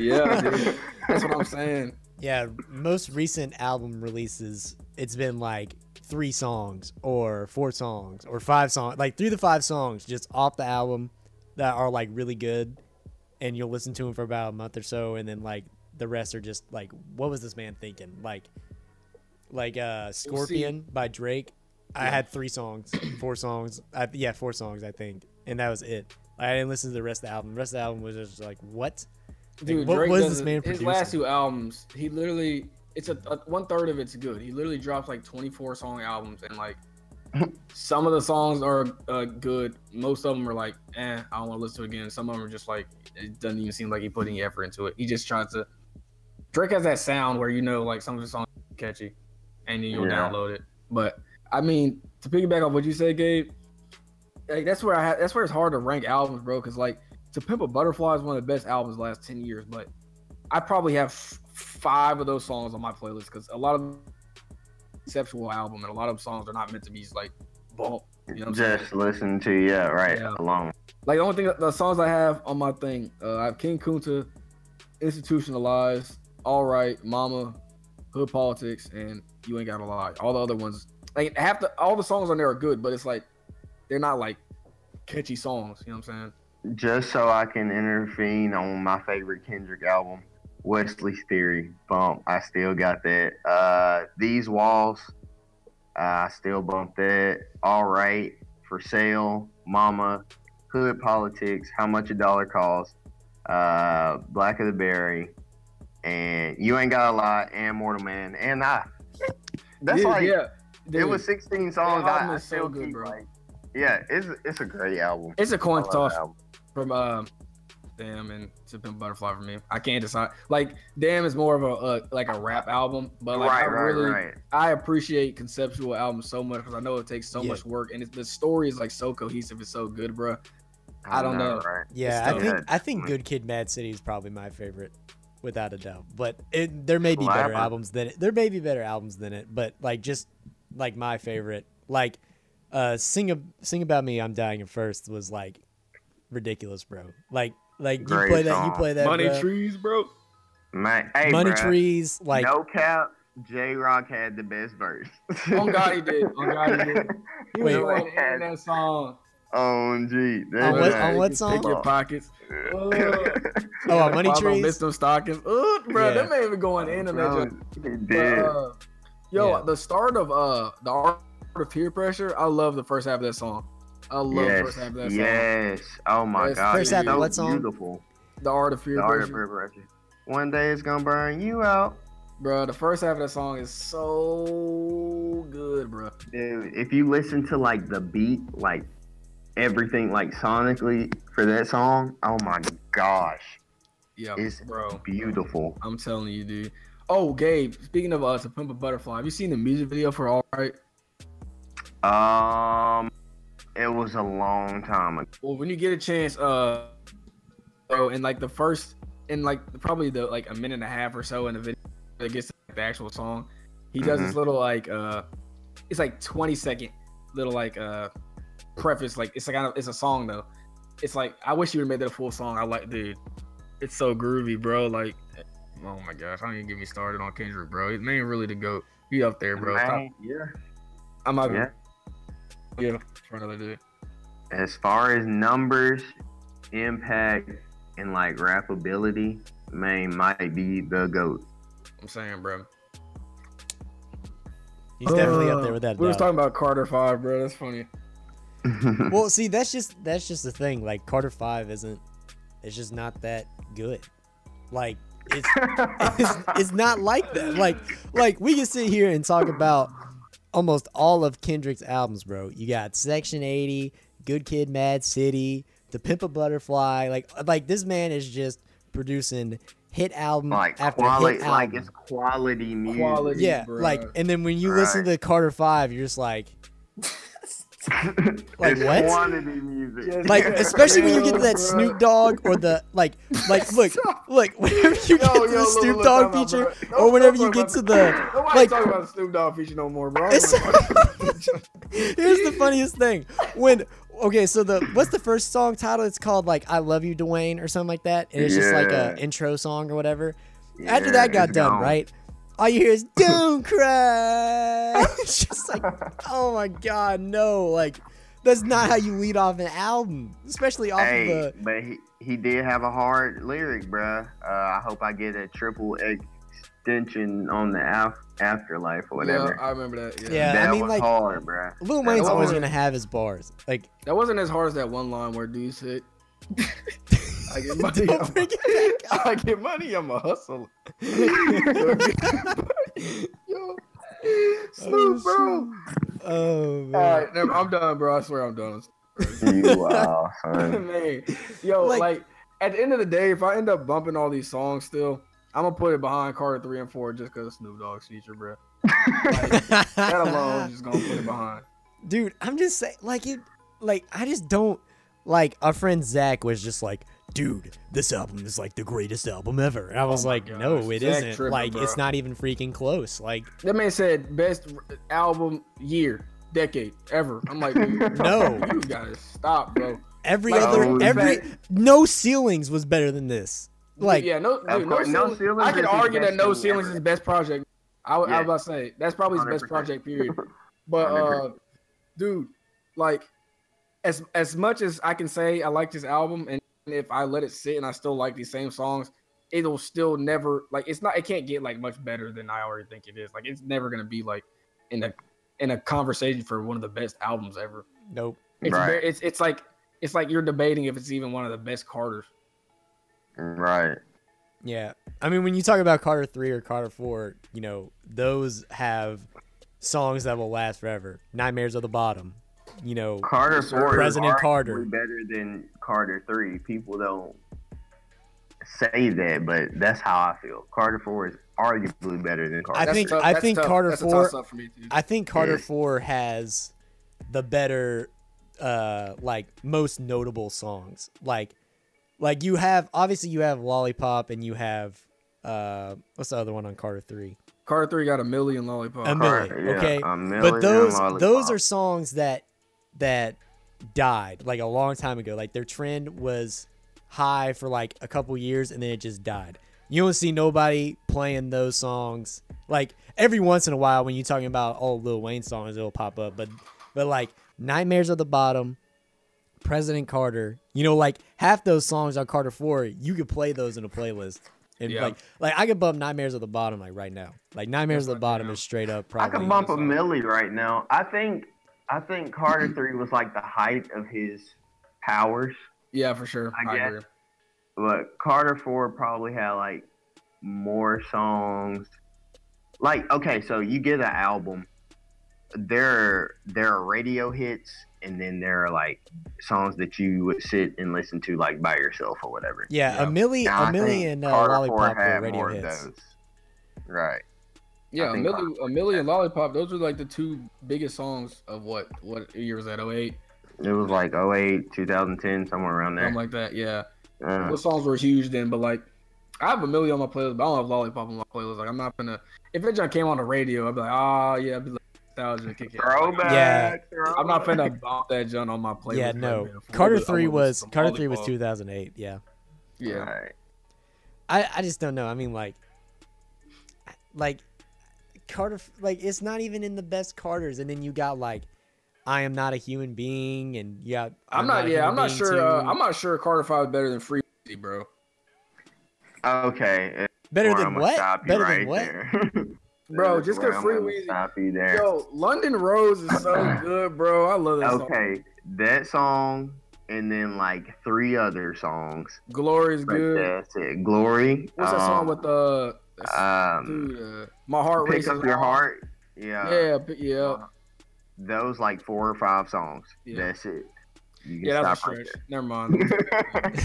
Speaker 2: yeah, dude. That's what I'm saying.
Speaker 3: Yeah, most recent album releases, it's been like three songs or four songs or five songs, like three to five songs just off the album that are like really good, and you'll listen to them for about a month or so, and then like the rest are just like, what was this man thinking? Like, like uh, Scorpion by Drake. I
Speaker 2: Yeah.
Speaker 3: had three songs, four songs, I, yeah, four songs I think, and that was it. I didn't listen to the rest of the album. The rest of the album was just like, what?
Speaker 2: Dude,
Speaker 3: what
Speaker 2: Drake
Speaker 3: was
Speaker 2: does
Speaker 3: this
Speaker 2: it-
Speaker 3: man
Speaker 2: His
Speaker 3: producing?
Speaker 2: last two albums, he literally it's a, a one third of it's good. He literally drops like 24 song albums, and like some of the songs are uh, good. Most of them are like, eh, I don't want to listen to it again. Some of them are just like, it doesn't even seem like he put any effort into it. He just tries to. Drake has that sound where you know like some of the songs are catchy, and then you'll
Speaker 1: Yeah.
Speaker 2: download it. But I mean, to piggyback off what you said, Gabe, like that's where I ha- that's where it's hard to rank albums, bro. Because like To Pimp a Butterfly is one of the best albums the last ten years, but I probably have f- five of those songs on my playlist because a lot of conceptual album and a lot of songs are not meant to be like bump. You know what I'm saying?
Speaker 1: just listen to yeah, right
Speaker 2: Yeah.
Speaker 1: alone.
Speaker 2: Like the only thing the songs I have on my thing, uh, I have King Kunta, Institutionalized, All Right, Mama, Hood Politics, and You Ain't Gotta Lie. All the other ones, like half the all the songs on there are good, but it's like they're not like catchy songs. You know what I'm saying?
Speaker 1: Just so I can intervene on my favorite Kendrick album, Wesley's Theory. Bump. I still got that. Uh These Walls. I still bump that. All right. For sale. Mama. Hood politics. How much a dollar costs. Uh Black of the Berry. And You Ain't Got a Lot and Mortal Man. And I that's
Speaker 2: Dude,
Speaker 1: like
Speaker 2: yeah,
Speaker 1: it
Speaker 2: dude.
Speaker 1: was sixteen songs.
Speaker 2: album
Speaker 1: I, I
Speaker 2: is so
Speaker 1: still
Speaker 2: good,
Speaker 1: keep,
Speaker 2: bro.
Speaker 1: like- yeah, it's it's a great album.
Speaker 2: It's a
Speaker 1: I
Speaker 2: coin
Speaker 1: love
Speaker 2: toss
Speaker 1: that album.
Speaker 2: from uh, Damn and To Pimp a Butterfly for me. I can't decide. Like Damn is more of a uh, like a rap album, but like I
Speaker 1: right, right,
Speaker 2: really
Speaker 1: right.
Speaker 2: I appreciate conceptual albums so much because I know it takes so
Speaker 3: Yeah.
Speaker 2: much work and it, the story is like so cohesive. It's so good, bro. I don't know.
Speaker 1: Right.
Speaker 3: Yeah,
Speaker 2: It's
Speaker 3: I
Speaker 2: tough.
Speaker 3: think
Speaker 1: Yeah.
Speaker 3: I think Good Kid, Mad City is probably my favorite, without a doubt. But it, there may be better
Speaker 1: Clapper.
Speaker 3: albums than it. There may be better albums than it. But like just like my favorite, like uh, sing Ab- sing about me, I'm dying of first was like ridiculous, bro. Like like you
Speaker 1: Great
Speaker 3: play that you
Speaker 1: song.
Speaker 3: play that
Speaker 2: Money
Speaker 3: bro.
Speaker 2: trees, bro.
Speaker 1: Man, hey,
Speaker 3: money
Speaker 1: bruh,
Speaker 3: trees like
Speaker 1: no cap. J Rock had the best verse.
Speaker 2: Oh God, he did. Oh God, he did. He was
Speaker 3: Wait.
Speaker 2: the one in that song.
Speaker 1: Oh, gee.
Speaker 3: On what- on what
Speaker 2: Just
Speaker 3: song?
Speaker 2: Pick your pockets. Oh,
Speaker 3: oh on money
Speaker 2: Miss
Speaker 3: trees.
Speaker 2: them stockings. Oh, bro,
Speaker 3: Yeah.
Speaker 2: that man even going in on that. joint.
Speaker 1: He
Speaker 2: But,
Speaker 1: did.
Speaker 2: uh, yo,
Speaker 3: Yeah.
Speaker 2: the start of uh the art of peer pressure. I love the first half of that song. I love the
Speaker 1: yes.
Speaker 2: first half of that song.
Speaker 1: yes. Oh my
Speaker 2: Yes,
Speaker 1: God.
Speaker 2: first
Speaker 1: it's
Speaker 2: half of
Speaker 1: so
Speaker 3: what song?
Speaker 1: Beautiful.
Speaker 2: The art of peer
Speaker 1: The art of
Speaker 2: pressure.
Speaker 1: preparation. One day it's gonna burn you out,
Speaker 2: Bro, the first half of that song is so good, bro.
Speaker 1: dude. If you listen to like the beat, like everything, like sonically for that song, oh my gosh,
Speaker 2: Yeah,
Speaker 1: It's-
Speaker 2: bro.
Speaker 1: beautiful.
Speaker 2: I'm telling you, dude. Oh, Gabe, speaking of uh, To Pimp a Butterfly, have you seen the music video for All Right?
Speaker 1: Um, it was a long time ago.
Speaker 2: Well, when you get a chance, uh, oh, in like the first, in like probably the like a minute and a half or so in the video that gets to the actual song, he does this little like uh, it's like 20 second little like uh preface, like it's like kind of it's a song though. It's like I wish you would have made that a full song. I like, dude, it's so groovy, bro. Like, oh my gosh, I don't even get me started on Kendrick, bro. It man really the goat. He up there, bro.
Speaker 1: Man, yeah,
Speaker 2: I'm out.
Speaker 1: yeah.
Speaker 2: Yeah, for another day.
Speaker 1: As far as numbers, impact, and like rappability, man might be the goat.
Speaker 2: I'm saying, bro.
Speaker 3: He's definitely up there with that.
Speaker 2: We was
Speaker 3: dog.
Speaker 2: talking about Carter Five, bro. That's funny.
Speaker 3: well, see, that's just that's just the thing. Like Carter Five isn't. It's just not that good. Like it's it's, it's not like that. Like like we can sit here and talk about almost all of Kendrick's albums, bro. You got Section 80, Good Kid, Mad City, The Pimp a Butterfly. Like like this man is just producing hit album
Speaker 1: like
Speaker 3: after
Speaker 1: quality,
Speaker 3: hit
Speaker 1: like
Speaker 3: album.
Speaker 1: it's quality music.
Speaker 2: Quality.
Speaker 3: yeah,
Speaker 2: bruh.
Speaker 3: like and then when you listen
Speaker 1: Right.
Speaker 3: to Carter Five, you're just like Like
Speaker 1: it's
Speaker 3: what?
Speaker 1: quantity music.
Speaker 3: like especially when you get to that
Speaker 2: Yo,
Speaker 3: Snoop Dogg or the like like look look whenever you get to the Snoop Dogg feature or whenever you get to the
Speaker 2: Nobody
Speaker 3: like-
Speaker 2: talking about the Snoop Dogg feature no more, bro. I
Speaker 3: It's-
Speaker 2: don't wanna talk about that.
Speaker 3: here's the funniest thing when okay so the what's the first song title it's called like I love you Dwayne or something like that and it's just like
Speaker 1: Yeah.
Speaker 3: a intro song or whatever
Speaker 1: Yeah,
Speaker 3: after that got
Speaker 1: it's
Speaker 3: done
Speaker 1: gone.
Speaker 3: right all you hear is don't cry it's just like oh my god no like that's not how you lead off an album especially off
Speaker 1: Hey,
Speaker 3: of a
Speaker 1: but he, he did have a hard lyric, bruh. Uh, I hope I get a triple extension on the af- afterlife or whatever.
Speaker 2: Yeah, I remember that. Yeah.
Speaker 3: Yeah. I
Speaker 1: that
Speaker 3: mean,
Speaker 1: was
Speaker 3: like-
Speaker 1: hard, bruh.
Speaker 3: Lil
Speaker 1: That
Speaker 3: Wayne's
Speaker 1: was
Speaker 3: always
Speaker 1: hard.
Speaker 3: gonna have his bars like
Speaker 2: That wasn't as hard as that one line where dudes hit. I get money. I'm
Speaker 3: Don't
Speaker 2: a-
Speaker 3: bring it back up.
Speaker 2: I get money. I'm a hustler. Yo, Snoop, bro.
Speaker 3: Oh man.
Speaker 2: All right, never, I'm done, bro. I swear I'm done.
Speaker 1: You wow, son.
Speaker 2: Man, yo,
Speaker 3: Like-
Speaker 2: like, at the end of the day, if I end up bumping all these songs still, I'm gonna put it behind Carter three and four just because Snoop Dogg's feature, bro. That alone, just gonna put it behind.
Speaker 3: Dude, I'm just saying like it like I just don't like our friend Zach was just like Dude, this album is like the greatest album ever. And I was
Speaker 2: Oh my
Speaker 3: like,
Speaker 2: gosh,
Speaker 3: no, it
Speaker 2: Zach
Speaker 3: not
Speaker 2: tripping,
Speaker 3: like,
Speaker 2: bro.
Speaker 3: it's not even freaking close. Like,
Speaker 2: That man said best r- album year, decade ever. I'm like, dude,
Speaker 3: No.
Speaker 2: you gotta stop, bro.
Speaker 3: every
Speaker 2: Like,
Speaker 3: other,
Speaker 1: oh,
Speaker 3: every,
Speaker 2: Zach-
Speaker 3: no ceilings was better than this. Like,
Speaker 2: yeah, no, dude,
Speaker 1: course,
Speaker 2: no,
Speaker 1: No
Speaker 2: ceilings.
Speaker 1: Ceilings
Speaker 2: I could
Speaker 1: is his
Speaker 2: argue that
Speaker 1: best
Speaker 2: no
Speaker 1: thing
Speaker 2: ceilings
Speaker 1: ever.
Speaker 2: is the best project. I, w- I was
Speaker 1: Yeah.
Speaker 2: about to say that's probably his best
Speaker 1: 100%.
Speaker 2: project period. But uh,
Speaker 1: 100%.
Speaker 2: dude, like as as much as I can say I like this album, and if I let it sit and I still like these same songs, it'll still never like it's not. It can't get like much better than I already think it is. Like it's never gonna be like in a in a conversation for one of the best albums ever.
Speaker 3: nope.
Speaker 2: It's
Speaker 1: Right.
Speaker 2: very, it's it's like it's like you're debating if it's even one of the best Carters.
Speaker 1: Right.
Speaker 3: Yeah. I mean, when you talk about Carter 3 or Carter 4, you know, those have songs that will last forever. Nightmares of the Bottom, you know,
Speaker 1: Carter Four
Speaker 3: President
Speaker 1: is
Speaker 3: Carter.
Speaker 1: arguably better than Carter Three. People don't say that, but that's how I feel. Carter Four is arguably better than Carter.
Speaker 3: I
Speaker 1: three.
Speaker 3: think- I think Carter
Speaker 2: that's
Speaker 3: four-
Speaker 2: A toss-up for me, dude.
Speaker 3: I think Carter
Speaker 1: Yeah.
Speaker 3: Four has the better, uh, like most notable songs. Like, like you have obviously you have Lollipop and you have uh, what's the other one on Carter Three?
Speaker 2: Carter three got a million lollipop.
Speaker 3: A million. okay,
Speaker 1: a million
Speaker 3: But those
Speaker 1: lollipop.
Speaker 3: those are songs that that died like a long time ago. Like their trend was high for like a couple years and then it just died. You don't see nobody playing those songs. Like every once in a while when you're talking about all Lil Wayne songs, it'll pop up. But but like Nightmares of the Bottom, President Carter, you know, like half those songs on Carter Four, you could play those in a playlist. And
Speaker 2: Yeah.
Speaker 3: like like I could bump Nightmares of the Bottom like right now. Like Nightmares of the
Speaker 2: Right
Speaker 3: Bottom
Speaker 2: now.
Speaker 3: is straight up
Speaker 1: I
Speaker 3: probably
Speaker 1: could bump a
Speaker 2: song.
Speaker 1: Millie right now. I think I think Carter Three was like the height of his powers,
Speaker 2: Yeah, for sure.
Speaker 1: I
Speaker 2: I,
Speaker 1: guess.
Speaker 2: agree.
Speaker 1: but Carter Four probably had like more songs. Like okay, so you get an album. There there are radio hits, and then there are like songs that you would sit and listen to like by yourself or whatever.
Speaker 3: Yeah,
Speaker 2: Yeah.
Speaker 3: a milli,
Speaker 1: Now, I
Speaker 3: a milli,
Speaker 1: think
Speaker 3: and uh,
Speaker 1: Carter
Speaker 3: lollipop
Speaker 1: Four
Speaker 3: were
Speaker 1: had
Speaker 3: radio
Speaker 1: more of
Speaker 3: hits.
Speaker 1: those. Right.
Speaker 2: Yeah, a
Speaker 1: think
Speaker 2: million, a million lollipop. Those are like the two biggest songs of what what year was that? 08?
Speaker 1: It was like 08, 2010, somewhere around there.
Speaker 2: something like that. Yeah,
Speaker 1: Uh,
Speaker 2: those songs were huge then. But like, I have a million on my playlist, but I don't have lollipop on my playlist. Like, I'm not gonna. If it just came on the radio, I'd be like, ah, yeah, I'd be like, nostalgia kick in. Like,
Speaker 1: Throwback.
Speaker 3: Yeah.
Speaker 1: throwback.
Speaker 2: I'm not finna bump that junk on my playlist.
Speaker 3: yeah,
Speaker 2: right
Speaker 3: no.
Speaker 2: now. I
Speaker 3: Carter
Speaker 2: wanna- I
Speaker 3: three
Speaker 2: wanna listen
Speaker 3: was
Speaker 2: to
Speaker 3: Carter three was
Speaker 2: Lollipop.
Speaker 3: 2008. Yeah,
Speaker 2: Yeah,
Speaker 1: Alright.
Speaker 3: I, I just don't know. I mean, like, like Carter, like it's not even in the best Carters, and then you got like I am not a human being, and yeah,
Speaker 2: I'm not.
Speaker 3: a
Speaker 2: yeah,
Speaker 3: human
Speaker 2: I'm not
Speaker 3: being
Speaker 2: sure. Uh,
Speaker 3: too.
Speaker 2: I'm not sure Carter Five is better than Free, Easy, bro.
Speaker 1: Okay.
Speaker 3: better
Speaker 1: or
Speaker 3: than
Speaker 1: I'ma
Speaker 3: what?
Speaker 1: Stop you
Speaker 3: Better
Speaker 1: right
Speaker 3: than what?
Speaker 1: There.
Speaker 2: Bro,
Speaker 1: That's
Speaker 2: just
Speaker 1: where
Speaker 2: get
Speaker 1: I'm
Speaker 2: Free
Speaker 1: gonna
Speaker 2: Wheezy.
Speaker 1: Stop you there.
Speaker 2: Yo, London Rose is so good, bro. I love that song.
Speaker 1: okay, that song, and then like three other songs.
Speaker 2: Glory's
Speaker 1: Like
Speaker 2: good.
Speaker 1: that's it. Glory.
Speaker 2: What's that song with the
Speaker 1: Um,
Speaker 2: dude? Uh, my heart
Speaker 1: pick
Speaker 2: races.
Speaker 1: up your heart. uh, Yeah.
Speaker 2: Yeah, p- yeah,
Speaker 1: Those like four or five songs.
Speaker 2: Yeah.
Speaker 1: That's it. You can
Speaker 2: yeah. That was a
Speaker 1: stop
Speaker 2: stretch.
Speaker 1: right
Speaker 2: Never mind.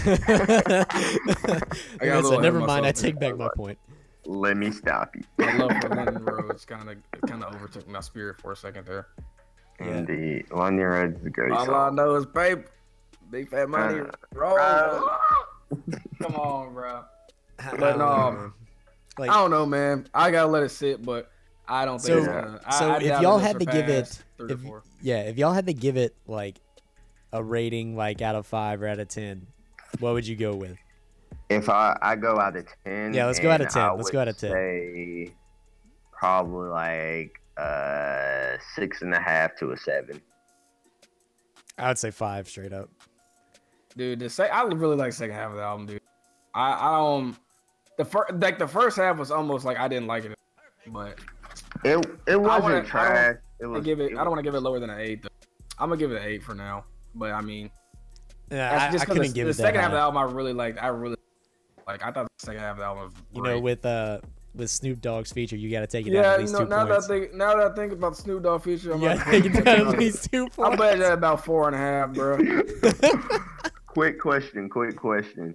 Speaker 1: there.
Speaker 2: a
Speaker 3: That's it,
Speaker 2: little ahead
Speaker 3: never
Speaker 2: of
Speaker 3: mind. I
Speaker 2: myself there.
Speaker 3: take back my point.
Speaker 1: Let me stop you.
Speaker 2: My love for London Rose kind of kind of overtook my spirit for a second there.
Speaker 3: Yeah.
Speaker 1: Indeed. Lonely Road is a great
Speaker 2: All I
Speaker 1: song.
Speaker 2: know is paper, big fat money,
Speaker 1: Uh,
Speaker 2: roll.
Speaker 1: bro.
Speaker 2: Come on, bro.
Speaker 3: I- I
Speaker 2: But,
Speaker 3: don't know,
Speaker 2: um,
Speaker 3: man.
Speaker 2: I
Speaker 3: like
Speaker 2: don't know, man. I gotta let it sit, but I don't think.
Speaker 3: So-
Speaker 2: it's gonna, I-
Speaker 3: so
Speaker 2: I
Speaker 3: if
Speaker 2: doubt
Speaker 3: y'all
Speaker 2: it'll
Speaker 3: had to give it-
Speaker 2: surpass three or
Speaker 3: if-
Speaker 2: four.
Speaker 3: yeah, if y'all had to give it like a rating, like out of five or out of ten, what would you go with?
Speaker 1: If I, I go out of 10.
Speaker 3: Yeah, let's go out of
Speaker 1: and
Speaker 3: 10.
Speaker 1: I
Speaker 3: Let's go
Speaker 1: would
Speaker 3: out of 10.
Speaker 1: Say probably like uh six and a half to a seven.
Speaker 3: I would say five straight up.
Speaker 2: dude. The sec- I really like the second half of the album, dude. I, I um, the first like the first half was almost like I didn't like it, but
Speaker 1: It it wasn't
Speaker 2: wanna- I
Speaker 1: trash. It
Speaker 2: I
Speaker 1: was.
Speaker 2: give it. I don't
Speaker 1: was-
Speaker 2: want to give it lower than an eight. Though. I'm gonna give it an eight for now. But I mean,
Speaker 3: Yeah,
Speaker 2: that's
Speaker 3: I,
Speaker 2: just
Speaker 3: I
Speaker 2: 'cause
Speaker 3: couldn't
Speaker 2: the,
Speaker 3: give
Speaker 2: the
Speaker 3: it that
Speaker 2: second half of the
Speaker 3: high.
Speaker 2: album. I really liked. I really like. I thought the second half of the album was
Speaker 3: You
Speaker 2: great.
Speaker 3: know, with uh with Snoop Dogg's feature, you got to take it down
Speaker 2: yeah,
Speaker 3: at least
Speaker 2: no,
Speaker 3: two
Speaker 2: now
Speaker 3: points.
Speaker 2: that I think now that I think about the Snoop Dogg feature, I'm
Speaker 3: you got
Speaker 2: like,
Speaker 3: to take it down at
Speaker 2: I'm
Speaker 3: least two
Speaker 2: I'm
Speaker 3: points.
Speaker 2: bad at about four and a half, bro.
Speaker 1: quick question. Quick question.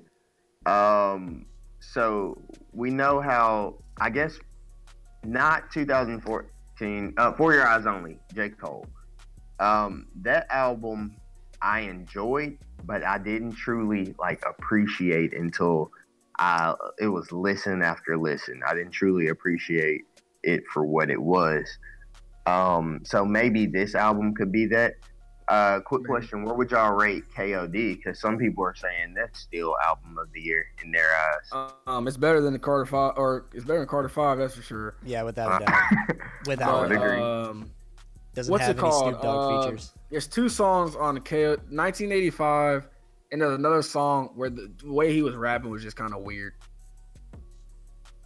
Speaker 1: Um, so we know how. I guess not 2014. Uh, For Your Eyes Only. J Cole. Um, that album I enjoyed, but I didn't truly like appreciate until I it was listen after listen. I didn't truly appreciate it for what it was. Um, so maybe this album could be that. Uh, quick
Speaker 2: Maybe.
Speaker 1: question: Where would y'all rate KOD? Because some people are saying that's still album of the year in their eyes.
Speaker 2: Um, it's better than the Carter Five, or it's better than Carter Five, that's for sure.
Speaker 3: Yeah, without a doubt.
Speaker 1: I
Speaker 3: Without
Speaker 1: would
Speaker 3: a
Speaker 2: But,
Speaker 3: doubt.
Speaker 1: agree.
Speaker 2: um,
Speaker 3: Doesn't
Speaker 2: what's
Speaker 3: have
Speaker 2: it
Speaker 3: any
Speaker 2: called?
Speaker 3: Snoop Dogg
Speaker 2: Uh,
Speaker 3: features.
Speaker 2: there's two songs on KO 1985, and there's another song where the, the way he was rapping was just kind of weird.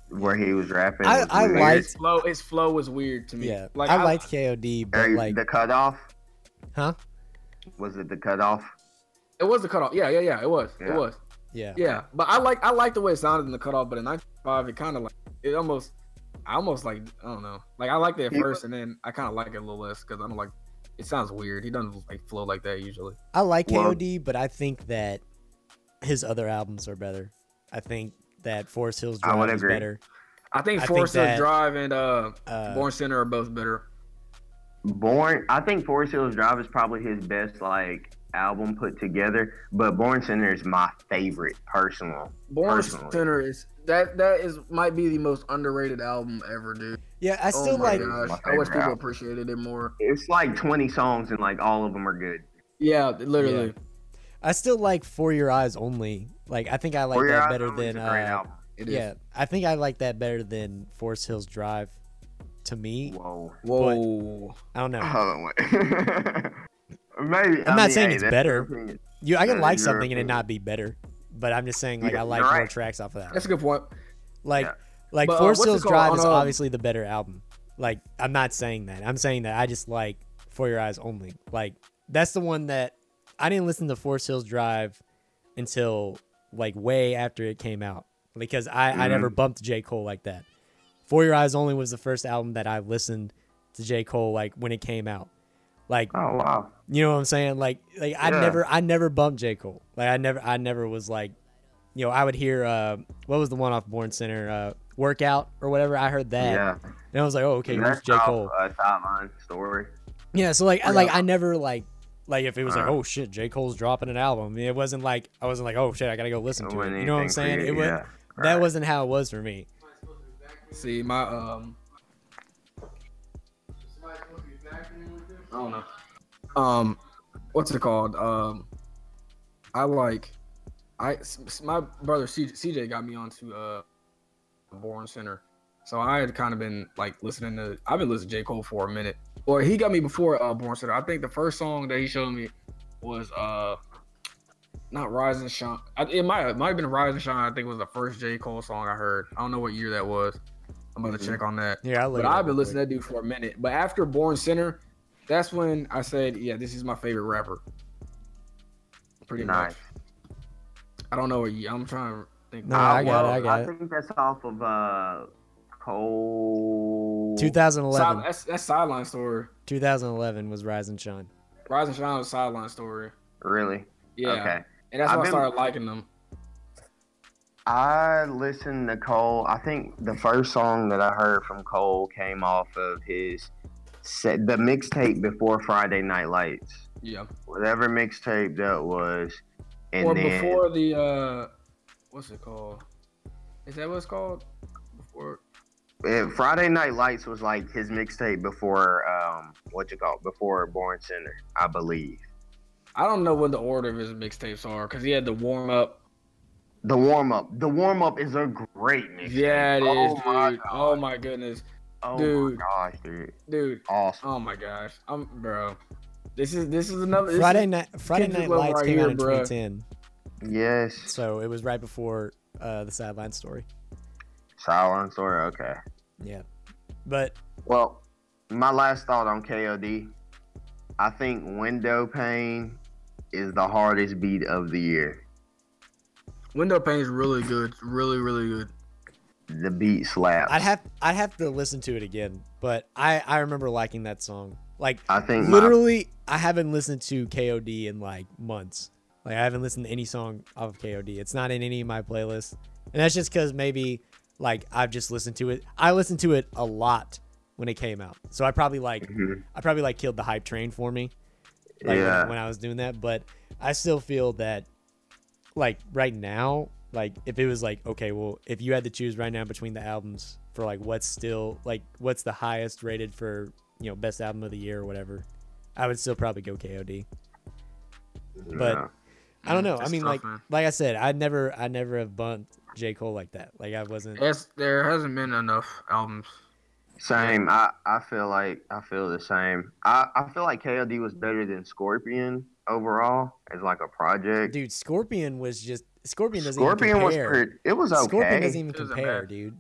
Speaker 1: Where he was rapping,
Speaker 3: I-
Speaker 1: was
Speaker 3: I
Speaker 1: weird.
Speaker 3: liked-
Speaker 2: His flow, his flow was weird to me.
Speaker 3: Yeah, I, liked KOD, but
Speaker 1: Or
Speaker 3: like,
Speaker 1: the cutoff.
Speaker 3: huh?
Speaker 1: Was it the cutoff?
Speaker 2: it was the cutoff. Yeah, yeah, yeah. It was. It
Speaker 1: Yeah.
Speaker 2: was.
Speaker 3: Yeah,
Speaker 2: Yeah, but I like I like the way it sounded in the cutoff, but in 95 it kind of like it almost I almost like I don't know. Like I liked it at
Speaker 1: Yeah.
Speaker 2: first, and then I kind of like it a little less because I don't like it sounds weird. He doesn't like flow like that usually.
Speaker 3: I like
Speaker 1: Well-
Speaker 3: KOD, but I think that his other albums are better. I think that Forest Hills
Speaker 1: I
Speaker 3: Drive
Speaker 1: would
Speaker 3: is
Speaker 1: agree.
Speaker 3: better.
Speaker 2: I think
Speaker 3: I think
Speaker 2: Forest Hills
Speaker 3: that-
Speaker 2: Drive and uh,
Speaker 3: Uh,
Speaker 2: Born Center are both better.
Speaker 1: Born, I think Forest Hills Drive is probably his best like album put together, but Born Center is my favorite personal.
Speaker 2: Born
Speaker 1: Personally.
Speaker 2: Center is that that is might be the most underrated album ever, dude.
Speaker 3: yeah, I still
Speaker 2: oh my
Speaker 3: like.
Speaker 2: gosh,
Speaker 1: My
Speaker 2: I
Speaker 1: favorite
Speaker 2: wish people
Speaker 1: album.
Speaker 2: appreciated it more.
Speaker 1: It's like 20 songs and like all of them are good.
Speaker 2: Yeah, literally.
Speaker 3: I still like For Your Eyes Only. Like, I think I like
Speaker 1: For Your
Speaker 3: that
Speaker 1: Eyes
Speaker 3: better
Speaker 1: Only is
Speaker 3: than.
Speaker 1: a great
Speaker 3: Uh,
Speaker 1: album.
Speaker 2: It is.
Speaker 3: yeah, I think I like that better than Forest Hills Drive. To me,
Speaker 1: Whoa.
Speaker 2: Whoa.
Speaker 3: I don't know.
Speaker 1: Hold on, wait. Maybe
Speaker 3: I'm
Speaker 1: I
Speaker 3: not
Speaker 1: mean,
Speaker 3: saying
Speaker 1: hey,
Speaker 3: it's
Speaker 1: that's
Speaker 3: better.
Speaker 1: your opinion.
Speaker 3: You, I can
Speaker 1: Yeah,
Speaker 3: like
Speaker 1: you're
Speaker 3: something and it
Speaker 1: right.
Speaker 3: not be better, but I'm just saying like
Speaker 1: Yeah,
Speaker 3: I like
Speaker 1: you're
Speaker 3: more
Speaker 1: right.
Speaker 3: tracks off of that.
Speaker 2: That's a good point.
Speaker 3: Like,
Speaker 1: Yeah.
Speaker 3: like
Speaker 2: But, uh,
Speaker 3: Forest
Speaker 2: what's it
Speaker 3: Hills
Speaker 2: called?
Speaker 3: Drive is
Speaker 2: On, um,
Speaker 3: obviously the better album. Like, I'm not saying that. I'm saying that I just like For Your Eyes Only. Like, that's the one that I didn't listen to Forest Hills Drive until like way after it came out because I, I
Speaker 1: Mhm.
Speaker 2: Mm.
Speaker 3: never bumped J Cole like that. For Your Eyes Only was the first album that I listened to J Cole like when it came out. Like,
Speaker 1: Oh wow.
Speaker 3: you know what I'm saying? Like like I
Speaker 1: Yeah.
Speaker 3: never I never bumped J. Cole. Like I never I never was like you know, I would hear uh what was the one off Born Center, uh workout or whatever. I heard that.
Speaker 1: Yeah.
Speaker 3: And I was like, Oh, okay, where's
Speaker 1: that's oh,
Speaker 3: J. Cole?
Speaker 1: Uh, top line story.
Speaker 3: yeah, so like I
Speaker 2: Yeah.
Speaker 3: like I never like like if it was like,
Speaker 1: Uh.
Speaker 3: Oh shit, J. Cole's dropping an album. It wasn't like I wasn't like, Oh shit, I gotta go listen to
Speaker 1: When
Speaker 3: it. You know what I'm
Speaker 1: anything
Speaker 3: saying?
Speaker 1: created,
Speaker 3: It was
Speaker 1: yeah.
Speaker 3: that
Speaker 1: Right.
Speaker 3: wasn't how it was for me.
Speaker 2: See my um. I don't know. Um, what's it called? Um, I like, I s- s- my brother CJ, CJ got me onto uh, Born Center, So I had kind of been like listening to I've been listening to J. Cole for a minute. Or he got me before uh Born Center. I think the first song that he showed me was uh not Rise and Shine. I, it might it might have been Rise and Shine, I think was the first J. Cole song I heard. I don't know what year that was. I'm about to
Speaker 1: Mhm.
Speaker 2: check on that.
Speaker 3: Yeah, I look
Speaker 2: But
Speaker 3: it up
Speaker 2: I've been
Speaker 3: real
Speaker 2: listening
Speaker 3: quick.
Speaker 2: to that dude for a minute. But after Born Center, that's when I said, Yeah, this is my favorite rapper. Pretty
Speaker 1: Nice.
Speaker 2: much. I don't know what year I'm trying to think
Speaker 3: No, I got it,
Speaker 1: Oh, well,
Speaker 3: I got it.
Speaker 1: think that's off of uh, Cole.
Speaker 3: 2011.
Speaker 2: Side- that's that's sideline story.
Speaker 3: 2011 was Rise and Shine.
Speaker 2: Rise and Shine was sideline story.
Speaker 1: Really?
Speaker 2: Yeah.
Speaker 1: Okay.
Speaker 2: And that's
Speaker 1: I've
Speaker 2: when
Speaker 1: been-
Speaker 2: I started liking them.
Speaker 1: I listened to Cole. I think the first song that I heard from Cole came off of his set, the mixtape before Friday Night Lights,
Speaker 2: Yeah.
Speaker 1: whatever mixtape that was. And
Speaker 2: or
Speaker 1: then
Speaker 2: before the uh what's it called? Is that what it's called? Before
Speaker 1: eh, Friday Night Lights was like his mixtape before um what you call it? before Born Center, I believe.
Speaker 2: I don't know what the order of his mixtapes are because he had the warm up.
Speaker 1: The warm up. The warm up is a great mixtape.
Speaker 2: Yeah, it is,
Speaker 1: oh My
Speaker 2: dude.
Speaker 1: God.
Speaker 2: Oh my goodness,
Speaker 1: Oh
Speaker 2: dude.
Speaker 1: my gosh, dude.
Speaker 2: dude.
Speaker 1: Awesome.
Speaker 2: Oh my gosh, I'm bro. This is this is another this
Speaker 3: Friday
Speaker 2: is-
Speaker 3: night Friday
Speaker 2: Kendrick
Speaker 3: Night
Speaker 2: Lamar
Speaker 3: Lights
Speaker 2: right
Speaker 3: came out
Speaker 2: here,
Speaker 3: in
Speaker 2: bruh.
Speaker 3: 2010,
Speaker 1: Yes.
Speaker 3: so it was right before uh, the sideline story.
Speaker 1: Silent story. Okay.
Speaker 3: Yeah, but
Speaker 1: Well, my last thought on KOD, I think window pane is the hardest beat of the year.
Speaker 2: Window pane is really good, really really good.
Speaker 1: The beat slaps.
Speaker 3: I'd have I'd have to listen to it again. But I I remember liking that song. Like
Speaker 1: I think literally.
Speaker 3: literally, I haven't listened to KOD in like months. Like I haven't listened to any song off of KOD. It's not in any of my playlists, and that's just because maybe like I've just listened to it. I listened to it a lot when it came out, so I probably like
Speaker 1: Mm-hmm.
Speaker 3: I probably like killed the hype train for me. Like when-
Speaker 1: Yeah.
Speaker 3: when, I was doing that, but I still feel that like right now, like if it was like okay, well, if you had to choose right now between the albums for like what's still like what's the highest rated for you know best album of the year or whatever, I would still probably go KOD. but- I don't
Speaker 2: Mm,
Speaker 3: know. I
Speaker 2: that's
Speaker 3: mean,
Speaker 2: tough,
Speaker 3: like
Speaker 2: man.
Speaker 3: like I said, I never I never have bumped J Cole like that. Like I wasn't.
Speaker 2: That's- there hasn't been enough albums.
Speaker 1: same. I, I feel like I feel the same. I, I feel like KOD was better than Scorpion overall as like a project.
Speaker 3: Dude, Scorpion was just Scorpion doesn't
Speaker 1: Scorpion
Speaker 3: even
Speaker 1: was
Speaker 3: compare.
Speaker 1: pretty. It was okay.
Speaker 3: Scorpion doesn't even
Speaker 2: It wasn't
Speaker 3: compare,
Speaker 2: bad.
Speaker 3: dude.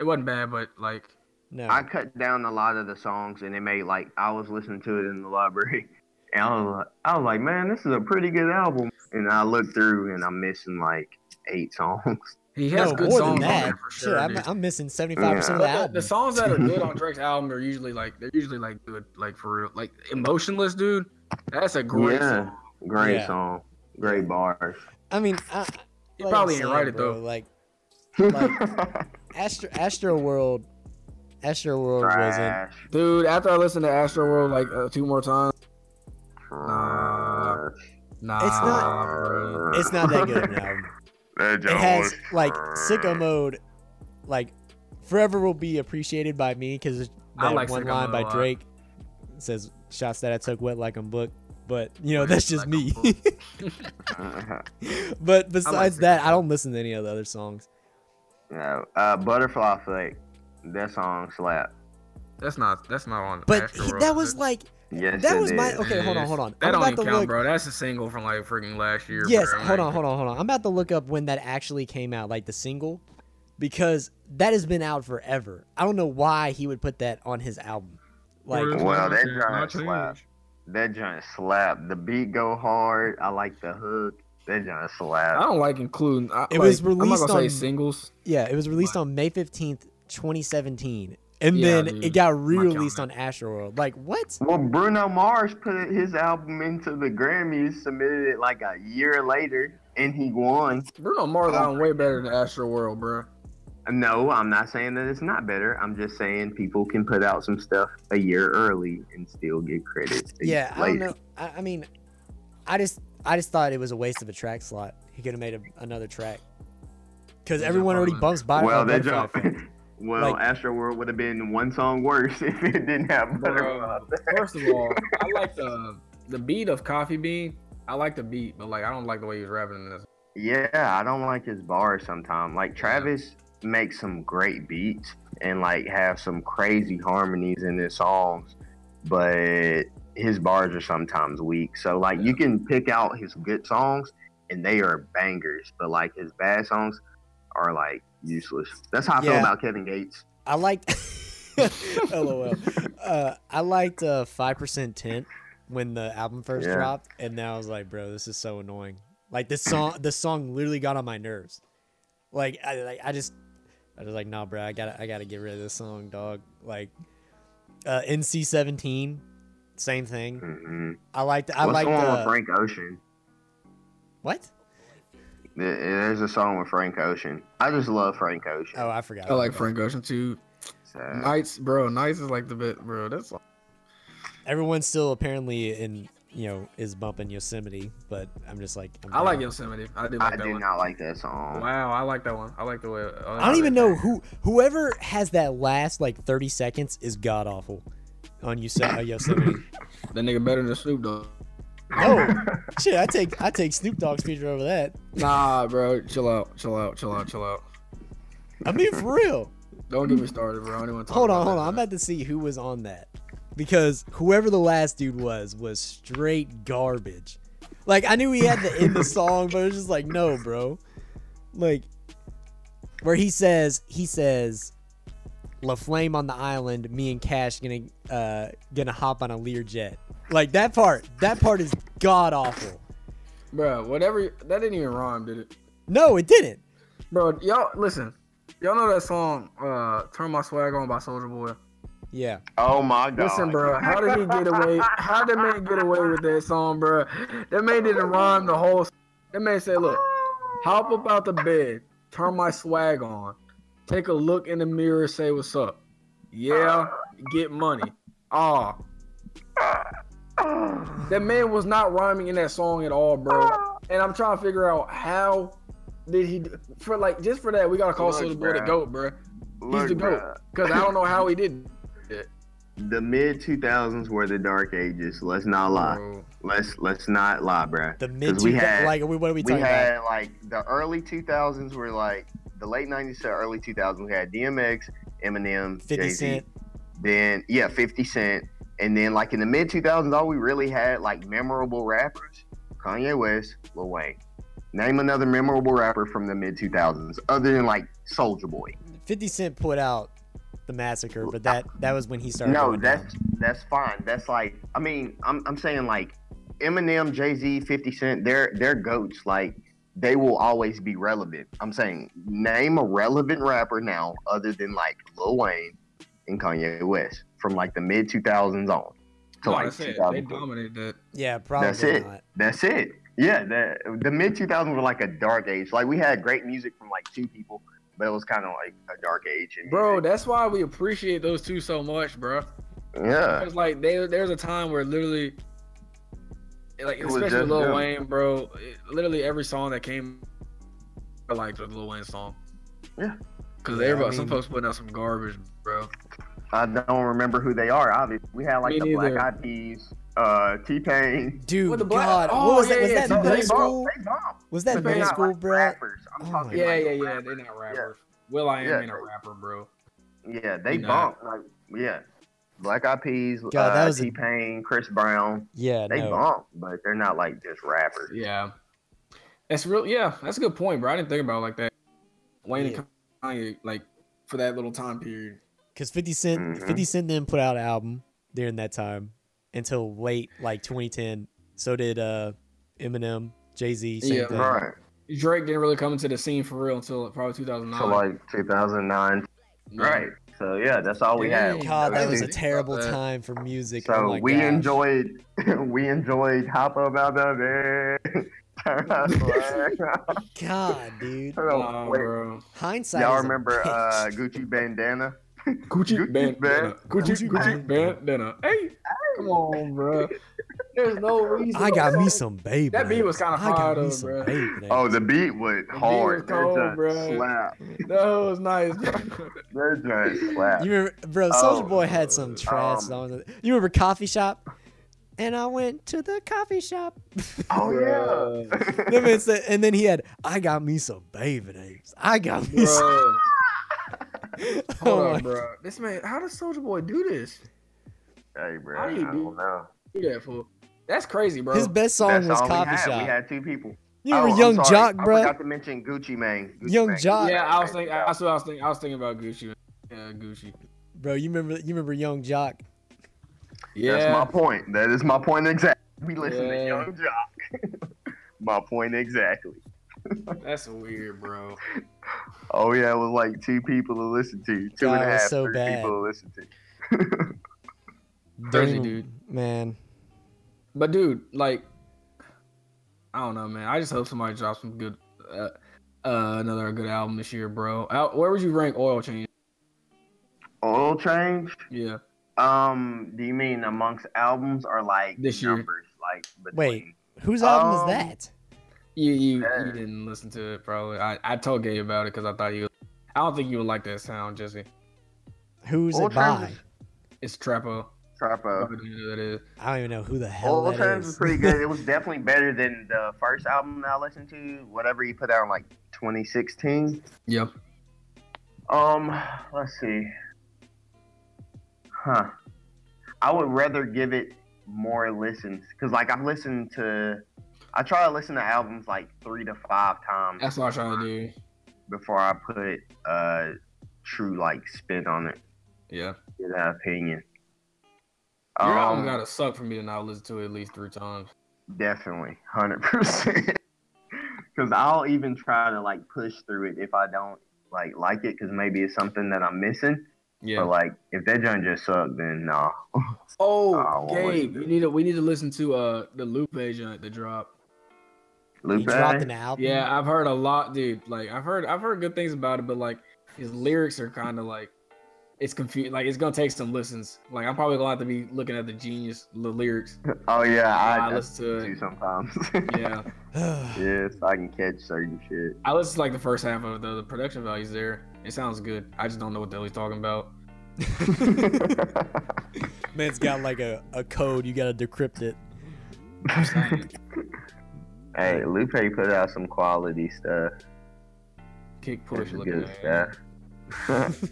Speaker 2: It wasn't bad, but like
Speaker 3: No,
Speaker 1: I cut down a lot of the songs, and it made like I was listening to it in the library, and I was like, I was like, man, this is a pretty good album. And I looked through, and I'm missing like eight songs.
Speaker 2: he
Speaker 3: no
Speaker 2: has good
Speaker 3: more
Speaker 2: songs on
Speaker 3: than that.
Speaker 2: there for
Speaker 3: Shit,
Speaker 2: sure.
Speaker 3: I'm,
Speaker 2: dude.
Speaker 3: I'm missing seventy five percent of the
Speaker 2: But the,
Speaker 3: album.
Speaker 2: the songs that are good on Drake's album are usually like they're usually like good, like for real, like emotionless, dude. That's a great
Speaker 1: Yeah.
Speaker 2: song.
Speaker 1: Great
Speaker 3: Yeah.
Speaker 1: song, great bars.
Speaker 3: I mean, I,
Speaker 2: He
Speaker 3: like
Speaker 2: probably
Speaker 3: I'm
Speaker 2: ain't
Speaker 3: saying,
Speaker 2: right it
Speaker 3: bro,
Speaker 2: though.
Speaker 3: Like Astro Astro World, Astro World wasn't.
Speaker 1: Trash.
Speaker 2: Dude, after I listened to Astro World like uh, two more times,
Speaker 1: Trash.
Speaker 2: nah,
Speaker 3: It's not-
Speaker 2: bro.
Speaker 3: It's not that good of an album.
Speaker 1: That
Speaker 3: It
Speaker 1: joint
Speaker 3: has
Speaker 1: was
Speaker 3: like
Speaker 1: trash.
Speaker 3: sicko mode, like forever will be appreciated by me because that
Speaker 2: I like
Speaker 3: one
Speaker 2: Sicko
Speaker 3: line
Speaker 2: Mode
Speaker 3: by
Speaker 2: a lot.
Speaker 3: Drake it says shots that I took wet like a book. But you know
Speaker 2: Wet
Speaker 3: that's just
Speaker 2: like a
Speaker 3: me.
Speaker 2: book.
Speaker 3: but besides
Speaker 2: Sicko
Speaker 3: that, I don't listen to any of the other songs.
Speaker 1: no, uh, Butterfly Flake. That song slap.
Speaker 2: that's not that's not on.
Speaker 3: But
Speaker 2: Astro
Speaker 3: he-
Speaker 2: World,
Speaker 3: that was
Speaker 2: dude.
Speaker 3: like
Speaker 1: Yes,
Speaker 3: That
Speaker 1: it
Speaker 3: was my-
Speaker 1: is.
Speaker 3: okay,
Speaker 2: It
Speaker 3: hold on,
Speaker 2: is.
Speaker 3: hold on.
Speaker 2: That
Speaker 3: I'm
Speaker 2: don't
Speaker 3: about
Speaker 2: even
Speaker 3: to
Speaker 2: count,
Speaker 3: look-
Speaker 2: bro. That's a single from like freaking last year.
Speaker 3: Yes,
Speaker 2: bro.
Speaker 3: hold
Speaker 2: Like,
Speaker 3: on, hold on, hold on. I'm about to look up when that actually came out, like the single, because that has been out forever. I don't know why he would put that on his album. Like,
Speaker 2: Words
Speaker 1: Well,
Speaker 2: not
Speaker 1: that
Speaker 2: change,
Speaker 1: joint
Speaker 2: not change.
Speaker 1: slapped. That joint slap. The beat go hard. I like the hook. That joint
Speaker 2: I
Speaker 1: slap.
Speaker 2: don't like including. I,
Speaker 3: It was
Speaker 2: like, I'm not
Speaker 3: released
Speaker 2: gonna
Speaker 3: on-
Speaker 2: say singles.
Speaker 3: yeah, it was released on May 15th, 2017. And
Speaker 2: Yeah,
Speaker 3: then it
Speaker 2: dude.
Speaker 3: got re released on
Speaker 2: counting.
Speaker 3: Astroworld. Like, what?
Speaker 1: Well, Bruno Mars put his album into the Grammys, submitted it like a year later, and he won.
Speaker 2: Bruno Mars album way better than Astro World, bro.
Speaker 1: No, I'm not saying that it's not better. I'm just saying people can put out some stuff a year early and still get credit. a
Speaker 3: Yeah,
Speaker 1: year
Speaker 3: I don't
Speaker 1: later.
Speaker 3: know. I, I mean, I just I just thought it was a waste of a track slot. He could have made a, another track. Because
Speaker 2: Yeah,
Speaker 3: everyone already
Speaker 2: probably.
Speaker 3: bumps by.
Speaker 1: Well,
Speaker 3: Well,
Speaker 1: that joint. Well,
Speaker 3: Like-
Speaker 1: Astro World would have been one song worse if it didn't have Butterfly.
Speaker 2: Bro, um, first of all, I like the the beat of Coffee Bean. I like the beat, but like I don't like the way he was rapping in this.
Speaker 1: Yeah, I don't like his bars sometimes. Like Travis, make some great beats and like have some crazy harmonies in his songs, but his bars are sometimes weak. So like you can pick out his good songs and they are bangers, but like his bad songs are like useless. That's how I feel
Speaker 3: Yeah.
Speaker 1: about Kevin Gates.
Speaker 3: I liked. LOL. Uh, I liked Five Percent Tent when the album first
Speaker 1: Yeah.
Speaker 3: dropped, and now I was like, bro, this is so annoying. Like this song, this song literally got on my nerves. Like I, like, I just, I was like, nah, bro, I gotta, I gotta get rid of this song, dog. Like, uh, NC Seventeen, same thing.
Speaker 1: hmm
Speaker 3: I liked, I
Speaker 1: What's
Speaker 3: liked.
Speaker 1: the one
Speaker 3: Uh,
Speaker 1: with Frank Ocean?
Speaker 3: what?
Speaker 1: There- There's a song with Frank Ocean. I just love Frank Ocean.
Speaker 3: Oh, I forgot.
Speaker 2: I like
Speaker 3: about that.
Speaker 2: Frank Ocean too.
Speaker 1: So,
Speaker 2: Nights, bro. Nights is like the bit, bro. That's
Speaker 3: Everyone's still apparently in, you know, is bumping Yosemite, but I'm just like, I'm
Speaker 2: I
Speaker 3: done.
Speaker 2: like Yosemite. I do like
Speaker 1: I
Speaker 2: that
Speaker 1: do
Speaker 2: one.
Speaker 1: not like that song.
Speaker 2: Wow, I like that one. I like the way.
Speaker 3: I don't even know who whoever has that last like 30 seconds is god awful on Yose- uh, Yosemite.
Speaker 2: That nigga better than Snoop Dogg.
Speaker 3: oh shit, I take I take Snoop Dogg's feature over that.
Speaker 2: Nah, bro. Chill out. Chill out. Chill out. Chill out.
Speaker 3: I mean for real.
Speaker 2: Don't get me started, bro. I don't even wanna talk
Speaker 3: Hold on,
Speaker 2: about
Speaker 3: hold
Speaker 2: that,
Speaker 3: on. I'm
Speaker 2: bro.
Speaker 3: about to see who was on that because whoever the last dude was was straight garbage. Like I knew he had the end the song, but it was just like no, bro. Like where he says he says La Flame on the island, me and Cash gonna uh gonna hop on a Lear jet. Like that part, that part is god awful.
Speaker 2: bro. Whatever. That didn't even rhyme, did it?
Speaker 3: No, it didn't.
Speaker 2: Bro, y'all listen. Y'all know that song, uh, "Turn My Swag On" by Soldier Boy.
Speaker 3: Yeah.
Speaker 1: Oh my god.
Speaker 2: Listen, bro. How did he get away? How did man get away with that song, bro? That man didn't rhyme the whole. s- That man said, "Look, hop up out the bed, turn my swag on, take a look in the mirror, say what's up. Yeah, get money. Ah, that man was not rhyming in that song at all, bro. And I'm trying to figure out how did he do- for like just for that we gotta call
Speaker 1: Look,
Speaker 2: Soulja Boy the
Speaker 1: bruh.
Speaker 2: goat, bro.
Speaker 1: Look,
Speaker 2: the goat.
Speaker 1: bruh,
Speaker 2: Because I don't know how he did.
Speaker 1: The mid 2000s were the dark ages. Let's not lie.
Speaker 2: Bro.
Speaker 1: Let's let's not lie, bro.
Speaker 3: The mid
Speaker 1: we
Speaker 3: two
Speaker 1: had-
Speaker 3: like we- what are we
Speaker 1: We
Speaker 3: talking about?
Speaker 1: had like the early 2000s were like the late 90s to early 2000s. We had DMX, Eminem,
Speaker 3: 50
Speaker 1: Jay-Z.
Speaker 3: Cent.
Speaker 1: Then yeah, 50 Cent. And then like in the mid 2000s, all we really had like memorable rappers: Kanye West, Lil Wayne. Name another memorable rapper from the mid 2000s other than like Soldier Boy.
Speaker 3: 50 Cent put out the massacre, but that that was when he started.
Speaker 1: No,
Speaker 3: going down.
Speaker 1: that's that's fine. That's like I mean, I'm I'm saying like Eminem, Jay Z, 50 Cent, they're they're goats. Like they will always be relevant. I'm saying name a relevant rapper now other than like Lil Wayne and Kanye West from like the mid 2000s on. To
Speaker 2: No,
Speaker 1: like
Speaker 2: that's it. They
Speaker 1: 2004.
Speaker 2: dominated that.
Speaker 3: yeah, probably
Speaker 1: That's it.
Speaker 3: not.
Speaker 1: That's it. Yeah, the the mid 2000s were like a dark age. Like we had great music from like two people, but it was kind of like a dark age. in
Speaker 2: Bro,
Speaker 1: music.
Speaker 2: that's why we appreciate those two so much, bro.
Speaker 1: Uh, yeah.
Speaker 2: Because like they, there's a time where literally, like
Speaker 1: It was
Speaker 2: especially
Speaker 1: just
Speaker 2: Lil
Speaker 1: them.
Speaker 2: Wayne, bro. it- literally every song that came, I liked was a Lil Wayne song.
Speaker 1: Yeah.
Speaker 2: Because
Speaker 3: Yeah, I
Speaker 2: everybody, some
Speaker 3: mean-
Speaker 2: folks putting out some garbage, bro.
Speaker 1: I don't remember who they are. Obviously, we had like
Speaker 2: Me
Speaker 1: the
Speaker 2: neither.
Speaker 1: Black Eyed Peas, uh, T Pain.
Speaker 3: Dude,
Speaker 2: With the black-
Speaker 3: God,
Speaker 2: Oh,
Speaker 3: what was that?
Speaker 2: yeah,
Speaker 3: Was
Speaker 2: yeah,
Speaker 3: that
Speaker 2: no,
Speaker 3: middle
Speaker 2: they
Speaker 3: school? Was that
Speaker 2: But
Speaker 3: middle
Speaker 2: not
Speaker 3: school, bro?
Speaker 1: rappers. I'm
Speaker 3: Oh my
Speaker 1: talking
Speaker 2: Yeah,
Speaker 1: like
Speaker 2: yeah, yeah. They're
Speaker 1: rappers.
Speaker 2: not rappers. Will I am
Speaker 1: Yeah.
Speaker 2: ain't a rapper, bro.
Speaker 1: Yeah, they
Speaker 2: Nah.
Speaker 1: bumped. Like, yeah, Black Eyed Peas,
Speaker 3: God, that
Speaker 1: uh,
Speaker 3: was a-
Speaker 1: T Pain, Chris Brown.
Speaker 3: Yeah,
Speaker 1: They
Speaker 3: no.
Speaker 1: bump, but they're not like just rappers.
Speaker 2: Yeah. That's real. Yeah, that's a good point, bro. I didn't think about it like that. Wayne
Speaker 3: Yeah.
Speaker 2: and Kanye, like for that little time period.
Speaker 3: Because 50 cent
Speaker 1: Mhm.
Speaker 3: 50 Cent didn't put out an album during that time until late, like 2010. So did uh, Eminem, Jay Z, same
Speaker 2: Yeah.
Speaker 3: thing.
Speaker 1: Right.
Speaker 2: Drake didn't really come into the scene for real until probably 2009.
Speaker 1: So like 2009.
Speaker 2: Yeah.
Speaker 1: Right. So yeah, that's all we
Speaker 2: Yeah.
Speaker 1: had.
Speaker 3: God, that
Speaker 2: I
Speaker 3: was a
Speaker 2: didn't think
Speaker 3: terrible
Speaker 2: about that.
Speaker 3: time for music.
Speaker 1: So
Speaker 3: oh my
Speaker 1: we
Speaker 3: gosh.
Speaker 1: enjoyed. we enjoyed Hop Up Out the Bed. Turn up, boy.
Speaker 3: God, dude.
Speaker 1: Turn up,
Speaker 2: Nah,
Speaker 1: wait.
Speaker 2: bro.
Speaker 3: Hindsight.
Speaker 1: Y'all
Speaker 3: is a
Speaker 1: remember
Speaker 3: bitch.
Speaker 1: uh, Gucci bandana?
Speaker 2: Gucci
Speaker 1: Gucci
Speaker 2: bandana.
Speaker 1: band-
Speaker 2: Gucci
Speaker 3: Gucci
Speaker 2: Gucci bandana. Hey, come on, bro. There's no reason.
Speaker 3: I got
Speaker 2: bro.
Speaker 3: me some babe.
Speaker 2: That beat was kinda
Speaker 3: I got
Speaker 2: hard
Speaker 3: me
Speaker 2: though,
Speaker 3: some
Speaker 2: bruh.
Speaker 3: babe today.
Speaker 1: Oh, the beat was
Speaker 2: beat
Speaker 1: hard.
Speaker 2: was cold,
Speaker 1: that
Speaker 2: bruh.
Speaker 1: joint slap.
Speaker 2: That was nice.
Speaker 1: That joint slap.
Speaker 3: You remember, bro? Soldier
Speaker 1: Oh,
Speaker 3: Boy had some trash
Speaker 1: um,
Speaker 3: songs. You remember coffee shop? And I went to the coffee shop.
Speaker 1: oh yeah.
Speaker 2: Bruh.
Speaker 3: That man said- and then he had, I got me some baby names. I got me some.
Speaker 2: Bruh. Hold
Speaker 3: Oh
Speaker 2: on,
Speaker 3: my-
Speaker 2: bro. This man, how does Soldier Boy do this?
Speaker 1: Hey, bro,
Speaker 2: How
Speaker 1: I
Speaker 2: do you do-
Speaker 1: don't know.
Speaker 2: Do that for? That's crazy, bro.
Speaker 3: His best song
Speaker 1: That's
Speaker 3: was
Speaker 1: all
Speaker 3: Copy
Speaker 1: we had.
Speaker 3: Shop.
Speaker 1: We had two people.
Speaker 3: you
Speaker 1: Oh,
Speaker 3: were
Speaker 1: I'm
Speaker 3: Young
Speaker 1: sorry.
Speaker 3: Jock,
Speaker 1: I
Speaker 3: bro.
Speaker 1: forgot to mention Gucci Mane. Gucci
Speaker 3: Young
Speaker 1: Mane.
Speaker 3: Jock.
Speaker 2: yeah, I was thinking. That's what I was thinking. I was thinking about Gucci. Yeah, Gucci.
Speaker 3: Bro, you remember you remember Young Jock?
Speaker 2: Yeah,
Speaker 1: That's my point. That is my point exactly. We listen
Speaker 2: Yeah.
Speaker 1: to Young Jock. my point exactly.
Speaker 2: that's weird, bro.
Speaker 1: Oh yeah, it was like two people to listen to, two and
Speaker 3: God, it
Speaker 1: a
Speaker 3: was
Speaker 1: half,
Speaker 3: so
Speaker 1: three
Speaker 3: bad.
Speaker 1: people to listen to.
Speaker 2: Crazy
Speaker 3: Don't-
Speaker 2: dude.
Speaker 3: Man.
Speaker 2: But dude, like, I don't know, man. I just hope somebody drops some good, uh, uh another good album this year, bro. Out, where would you rank Oil Change?
Speaker 1: Oil change.
Speaker 2: Yeah,
Speaker 1: Um, do you mean amongst albums or like
Speaker 2: This year.
Speaker 1: numbers? Like between?
Speaker 3: Wait. Whose album
Speaker 1: Um,
Speaker 3: is that?
Speaker 2: you you,
Speaker 1: Yeah.
Speaker 2: you didn't listen to it probably. I, I told Gabe about it because I thought you. I don't think you would like that sound, Jesse.
Speaker 3: Who's
Speaker 1: Oil
Speaker 3: it by?
Speaker 1: Change is-
Speaker 2: It's Trapo.
Speaker 1: Trapo.
Speaker 2: Probably don't know who that is.
Speaker 3: I don't even know who the hell
Speaker 1: Oil
Speaker 3: that
Speaker 1: change
Speaker 3: is.
Speaker 1: was pretty good. It was definitely better than the first album that I listened to. Whatever he put out in like 2016.
Speaker 2: Yep.
Speaker 1: Um, let's see. Huh. I would rather give it more listens because, like, I've listened to, I try to listen to albums like three to five times
Speaker 2: That's what I was trying to do.
Speaker 1: before I put uh true like spin on it.
Speaker 2: Yeah.
Speaker 1: In that opinion,
Speaker 2: Your album
Speaker 1: Um,
Speaker 2: gotta suck for me to not listen to it at least three times.
Speaker 1: Definitely, hundred percent. Because I'll even try to like push through it if I don't like like it because maybe it's something that I'm missing.
Speaker 2: Yeah.
Speaker 1: But like, if that joint just sucked, then nah.
Speaker 2: oh,
Speaker 1: I won't
Speaker 2: Gabe,
Speaker 1: listen.
Speaker 2: we need to we need to listen to uh the Lupe joint that dropped.
Speaker 3: He
Speaker 1: Lupe.
Speaker 3: dropped an album.
Speaker 2: Yeah, I've heard a lot, dude. Like I've heard I've heard good things about it, but like his lyrics are kind of like it's confused. Like it's gonna take some listens. Like I'm probably gonna have to be looking at the genius the lyrics.
Speaker 1: Oh yeah,
Speaker 2: I,
Speaker 1: I, I
Speaker 2: listen to
Speaker 1: do
Speaker 2: it.
Speaker 1: sometimes.
Speaker 2: Yeah,
Speaker 1: yes, I can catch certain shit.
Speaker 2: I listen to like the first half of it, though. The production value's there. It sounds good. I just don't know what the hell he's talking about.
Speaker 3: Man's got like a, a code. You gotta decrypt it.
Speaker 1: hey, Lupe put out some quality stuff.
Speaker 2: Kick
Speaker 1: Push
Speaker 2: push.
Speaker 1: some
Speaker 2: Look at
Speaker 1: good
Speaker 2: that.
Speaker 1: stuff.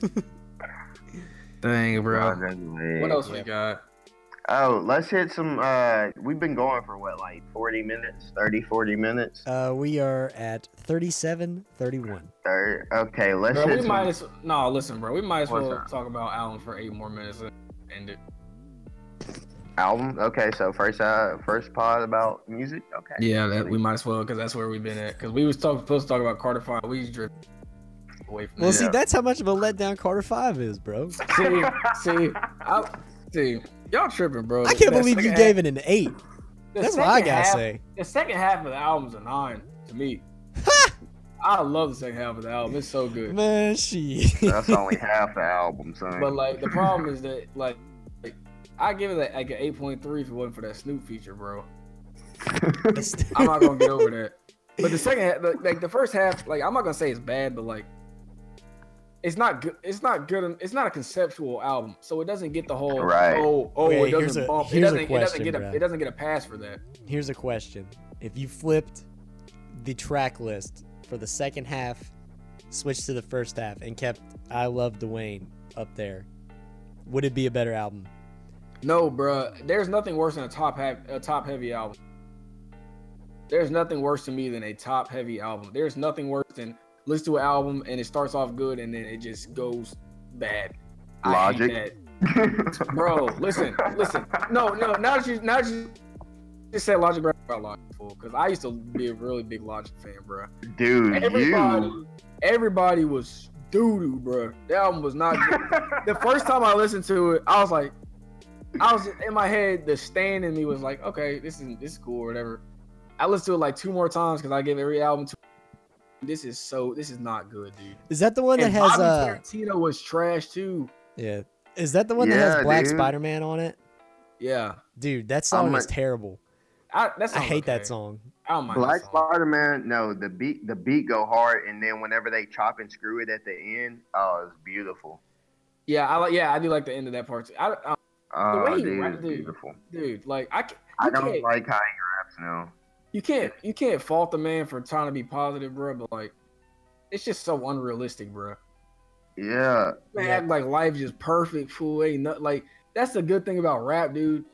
Speaker 2: Dang, bro. What
Speaker 1: what
Speaker 2: else we
Speaker 3: Yeah.
Speaker 2: got?
Speaker 1: Oh, let's hit some. Uh, we've been going for what, like 40 minutes, 30, 40 minutes.
Speaker 3: Uh, we are at 37, 31.
Speaker 1: Thir- okay, let's
Speaker 2: Bro,
Speaker 1: hit
Speaker 2: we
Speaker 1: some.
Speaker 2: might as no. Listen, bro. We might as
Speaker 1: What's
Speaker 2: well
Speaker 1: that?
Speaker 2: talk about Allen for eight more minutes and end it.
Speaker 1: album. Okay, so first, uh, first pod about music. Okay.
Speaker 2: Yeah, that, we might as well because that's where we've been at. Because we was talk, supposed to talk about Carter Five, we drift away from
Speaker 3: Well,
Speaker 2: that.
Speaker 3: see,
Speaker 1: Yeah.
Speaker 3: that's how much of a letdown Carter Five is, bro.
Speaker 2: see, see, I, see, y'all tripping, bro.
Speaker 3: I can't
Speaker 2: That
Speaker 3: believe you
Speaker 2: second
Speaker 3: gave
Speaker 2: half-
Speaker 3: it an eight.
Speaker 2: the
Speaker 3: That's what I
Speaker 2: second
Speaker 3: gotta
Speaker 2: half-
Speaker 3: say.
Speaker 2: The second half of the album's a nine to me. I love the second half of the album. It's so good.
Speaker 3: Man, she.
Speaker 1: That's only half the album, son.
Speaker 2: But like the problem is that like, like I give it like, like an eight point three if it wasn't for that Snoop feature, bro. I'm not gonna get over that. But the second half, like, like the first half, like I'm not gonna say it's bad, but like it's not good. It's not good. It's not a conceptual album, so it doesn't get the whole
Speaker 1: Right.
Speaker 2: oh oh
Speaker 3: Okay,
Speaker 2: it
Speaker 3: here's
Speaker 2: doesn't
Speaker 3: a-
Speaker 2: bump. It
Speaker 3: here's
Speaker 2: doesn't, it
Speaker 3: a
Speaker 2: doesn't
Speaker 3: question,
Speaker 2: get a
Speaker 3: bruh.
Speaker 2: it doesn't get a pass for that.
Speaker 3: Here's a question: If you flipped the track list for the second half, switched to the first half, and kept "I Love Dwayne" up there, would it be a better album?
Speaker 2: No, bruh. There's nothing worse than a top half a top heavy album. There's nothing worse to me than a top heavy album. There's nothing worse than listen to an album and it starts off good and then it just goes bad. I hate
Speaker 1: Logic.
Speaker 2: that. bro. Listen, listen. No, no. Now that you, now that you just said Logic, bro, about Logic, because I used to be a really big Logic fan, bro.
Speaker 1: Dude,
Speaker 2: Everybody,
Speaker 1: you.
Speaker 2: everybody was doo doo, bro. The album was not. the first time I listened to it, I was like, I was in my head. The stand in me was like, okay, this is this is cool or whatever. I listened to it like two more times because I give every album two. This is so. This is not good, dude.
Speaker 3: Is that the one that
Speaker 2: and
Speaker 3: has
Speaker 2: Bobby
Speaker 3: uh?
Speaker 2: Tarantino was trash too.
Speaker 3: Yeah. Is that the one that
Speaker 1: Yeah,
Speaker 3: has Black
Speaker 1: dude.
Speaker 3: Spider-Man on it?
Speaker 2: Yeah,
Speaker 3: Dude, that song
Speaker 1: a-
Speaker 3: is terrible.
Speaker 2: I, that
Speaker 3: I
Speaker 2: sounds
Speaker 3: hate
Speaker 2: okay. Oh
Speaker 3: that song.
Speaker 2: I don't mind
Speaker 1: Black
Speaker 2: that song.
Speaker 1: Spider Man, no, the beat the beat go hard and then whenever they chop and screw it at the end, oh it's beautiful.
Speaker 2: Yeah, I like. Yeah, I do like the end of that part. Too. I, I,
Speaker 1: Oh
Speaker 2: way he
Speaker 1: dude,
Speaker 2: rap,
Speaker 1: it's
Speaker 2: dude.
Speaker 1: beautiful.
Speaker 2: dude, like I, can't-
Speaker 1: I
Speaker 2: you
Speaker 1: don't
Speaker 2: can't,
Speaker 1: like how he raps now.
Speaker 2: you can't you can't fault the man for trying to be positive, bro. But like, it's just so unrealistic, bro.
Speaker 1: Yeah.
Speaker 2: Man,
Speaker 3: Yeah.
Speaker 2: act like life just perfect, fool. Ain't nothing like that's the good thing about rap, dude.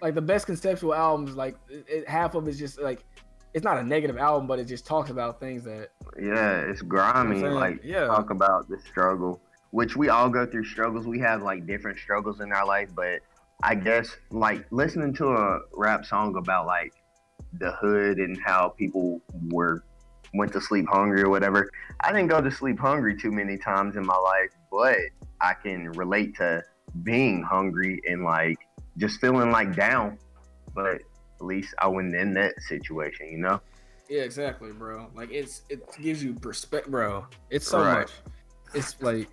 Speaker 2: Like the best conceptual albums, like it, it- half of it's just like it's not a negative album, but it just talks about things that
Speaker 1: Yeah, it's
Speaker 2: you know what I'm
Speaker 1: grimy.
Speaker 2: saying?
Speaker 1: Like
Speaker 2: yeah,
Speaker 1: talk about the struggle, which we all go through struggles. We have like different struggles in our life, but I guess like listening to a rap song about like the hood and how people were went to sleep hungry or whatever. I didn't go to sleep hungry too many times in my life, but I can relate to being hungry and like just feeling like down. But at least I wasn't in that situation, you know?
Speaker 2: yeah, exactly, bro. Like it's it gives you perspective, bro. It's so
Speaker 1: Right.
Speaker 2: much. It's like,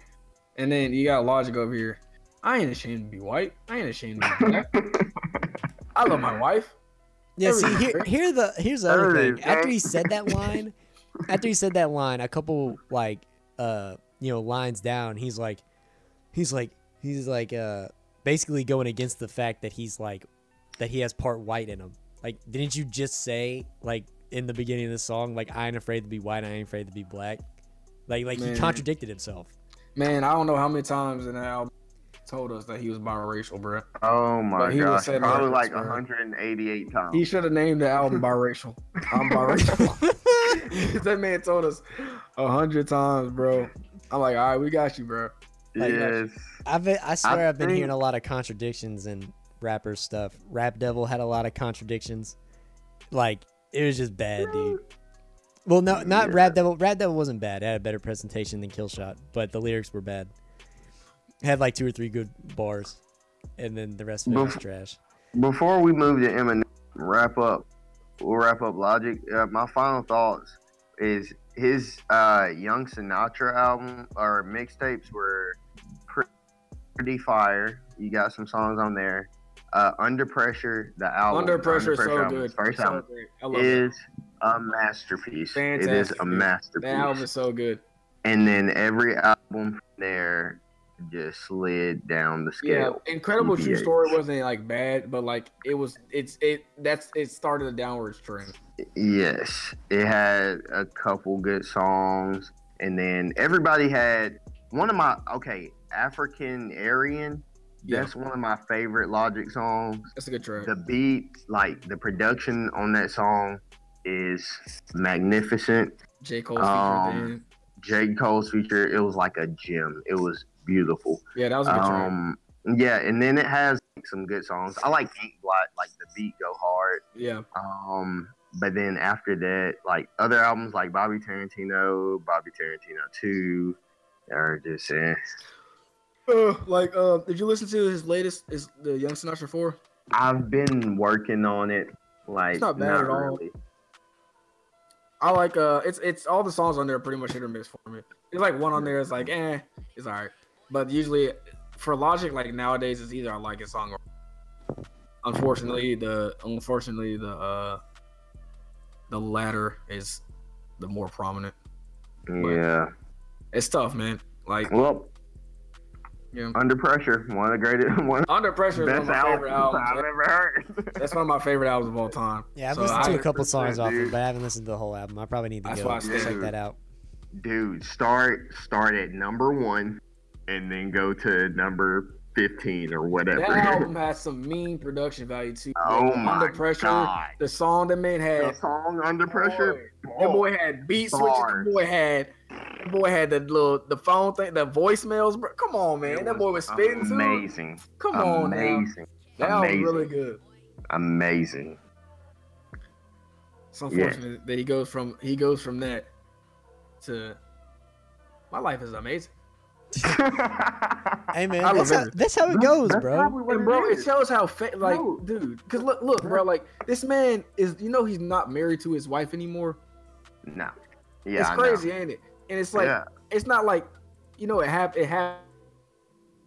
Speaker 2: and then you got logic over here. I ain't ashamed to be white. I ain't ashamed to be black. I love my wife.
Speaker 3: Yeah, see
Speaker 2: Everything,
Speaker 3: here,
Speaker 2: right?
Speaker 3: here the here's the other thing.
Speaker 1: Everything.
Speaker 3: After he said that line, after he said that line, a couple like uh you know lines down, he's like, he's like, he's like uh basically going against the fact that he's like that he has part white in him. Like, didn't you just say like in the beginning of the song like I ain't afraid to be white, I ain't afraid to be black? Like like
Speaker 2: Man.
Speaker 3: he contradicted himself.
Speaker 2: Man, I don't know how many times in that album told us that he was biracial, bro.
Speaker 1: Oh my
Speaker 2: But he was
Speaker 1: gosh.
Speaker 2: setting
Speaker 1: Probably
Speaker 2: records,
Speaker 1: like
Speaker 2: man.
Speaker 1: 188 times.
Speaker 2: He should have named the album biracial. I'm biracial. that man told us a hundred times, bro. I'm like, all right, we got you, bro.
Speaker 3: Like,
Speaker 1: yes.
Speaker 3: I've been, I swear I have been
Speaker 1: think-
Speaker 3: hearing a lot of contradictions in rapper stuff. Rap Devil had a lot of contradictions. Like it was just bad, dude. Well, no, not
Speaker 1: Yeah.
Speaker 3: Rap Devil. Rap Devil wasn't bad. It had a better presentation than Killshot, but the lyrics were bad. It had like two or three good bars, and then the rest of it was
Speaker 1: Bef-
Speaker 3: trash.
Speaker 1: Before we move to Eminem, wrap up. We'll wrap up Logic. Uh, my final thoughts is his uh, Young Sinatra album or mixtapes were pre- pretty fire. You got some songs on there. Uh, Under Pressure, the album.
Speaker 2: Under
Speaker 1: the
Speaker 2: pressure, is so
Speaker 1: album,
Speaker 2: good.
Speaker 1: First
Speaker 2: so
Speaker 1: album
Speaker 2: great. I love it.
Speaker 1: is a masterpiece. It is
Speaker 2: Fantastic,
Speaker 1: a
Speaker 2: dude.
Speaker 1: masterpiece.
Speaker 2: That album is so good.
Speaker 1: and then every album from there just slid down the
Speaker 2: Yeah,
Speaker 1: scale.
Speaker 2: incredible true
Speaker 1: EPH.
Speaker 2: story wasn't like bad, but like it was. It's it. That's it started a downward trend.
Speaker 1: Yes, it had a couple good songs, and then everybody had one of my okay African Aryan.
Speaker 2: Yeah,
Speaker 1: That's one of my favorite Logic songs.
Speaker 2: that's a good track.
Speaker 1: The beat, like the production on that song, is magnificent.
Speaker 2: J Cole
Speaker 1: um,
Speaker 2: featured in.
Speaker 1: J Cole's feature, it was like a gem. It was beautiful.
Speaker 2: Yeah, that was a good track.
Speaker 1: Um, yeah, and then it has like, some good songs. I like Ink Blot, like the beat go hard.
Speaker 2: Yeah,
Speaker 1: Um, but then after that, like other albums like Bobby Tarantino, Bobby Tarantino Two, are just eh.
Speaker 2: Uh, like, uh, did you listen to his latest? Is the Young Sinatra Four?
Speaker 1: I've been working on it. Like
Speaker 2: It's not bad at all.
Speaker 1: really.
Speaker 2: I like uh it's it's all the songs on there are pretty much hit or miss for me. There's like one on there is like eh, it's alright. But usually for Logic, like nowadays it's either I like a song or unfortunately the unfortunately the uh the latter is the more prominent.
Speaker 1: Yeah.
Speaker 2: It's tough, man. Like
Speaker 1: Well,
Speaker 2: Yeah.
Speaker 1: Under Pressure, one of the greatest, one of
Speaker 2: Under
Speaker 1: the
Speaker 2: Pressure is one of
Speaker 1: best
Speaker 2: my favorite
Speaker 1: albums
Speaker 2: albums.
Speaker 1: I've ever heard.
Speaker 2: That's one of my favorite albums of all time.
Speaker 3: Yeah, I've
Speaker 2: So
Speaker 3: listened to
Speaker 2: I-
Speaker 3: a couple songs off it,
Speaker 1: dude.
Speaker 3: but I haven't listened to the whole album. I probably need to
Speaker 2: That's
Speaker 3: go
Speaker 2: why I
Speaker 3: check
Speaker 1: said-
Speaker 3: that out.
Speaker 1: Dude, start start at number one, and then go to number fifteen or whatever.
Speaker 2: That album has some mean production value too.
Speaker 1: oh
Speaker 2: Under
Speaker 1: my
Speaker 2: Pressure,
Speaker 1: god!
Speaker 2: the song that man
Speaker 1: The
Speaker 2: had
Speaker 1: song Under Pressure.
Speaker 2: That boy had beat switches. That
Speaker 1: Oh, Bars.
Speaker 2: boy had. That boy had the little the phone thing, the voicemails. Bro. Come on, man.
Speaker 1: It
Speaker 2: that boy was spitting too.
Speaker 1: amazing.
Speaker 2: Come on, now.
Speaker 1: amazing,
Speaker 2: That album was really
Speaker 1: amazing.
Speaker 2: good.
Speaker 1: amazing.
Speaker 2: It's unfortunate that he goes from he goes from that to my life is amazing.
Speaker 3: Hey man,
Speaker 2: I love
Speaker 3: that's how,
Speaker 2: everything.
Speaker 3: that's how it goes, bro.
Speaker 2: And bro, it shows how fa- like
Speaker 1: No.
Speaker 2: dude, cause look, look, bro, like this man is you know he's not married to his wife anymore.
Speaker 1: no, yeah,
Speaker 2: it's
Speaker 1: I know.
Speaker 2: crazy, ain't it? And it's like
Speaker 1: yeah,
Speaker 2: it's not like you know it hap it hap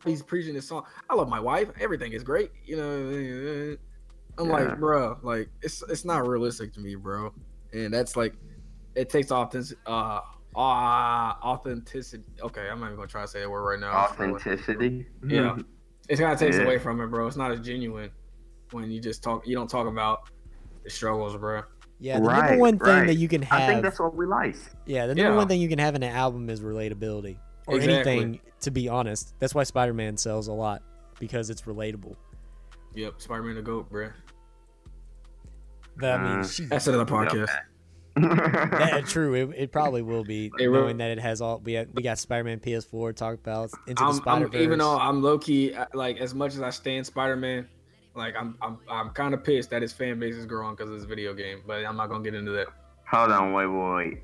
Speaker 2: he's preaching this song i love my wife everything is great you know i'm
Speaker 1: Yeah.
Speaker 2: like bro like it's it's not realistic to me bro and that's like it takes authentic uh Ah, authenticity. Okay, I'm not even gonna try to say that word right now. I feel like-
Speaker 1: authenticity.
Speaker 2: Oh, Yeah. it's kind of takes
Speaker 1: Yeah.
Speaker 2: away from it, bro. It's not as genuine when you just talk. You don't talk about the struggles, bro.
Speaker 3: Yeah, the
Speaker 1: Right,
Speaker 3: number one thing
Speaker 1: right.
Speaker 3: that you can
Speaker 1: I
Speaker 3: have
Speaker 1: think that's what we like.
Speaker 3: Yeah, the number
Speaker 2: Yeah.
Speaker 3: one thing you can have in an album is relatability. or
Speaker 2: Exactly.
Speaker 3: anything. To be honest, that's why Spider Man sells a lot because it's relatable.
Speaker 2: Yep, Spider Man the Goat, bruh.
Speaker 3: That, I mean,
Speaker 1: Uh,
Speaker 3: she's-
Speaker 2: That's another podcast.
Speaker 3: that- true. It, it probably will be
Speaker 2: It will.
Speaker 3: knowing that it has all. We have, we got Spider Man PS4 talk about into the
Speaker 2: I'm,
Speaker 3: Spider
Speaker 2: I'm
Speaker 3: Verse.
Speaker 2: even though I'm low key I- like as much as I stand Spider Man, like I'm I'm I'm kind of pissed that his fan base is growing because of this video game. But I'm not gonna get into that.
Speaker 1: Hold on, wait, wait,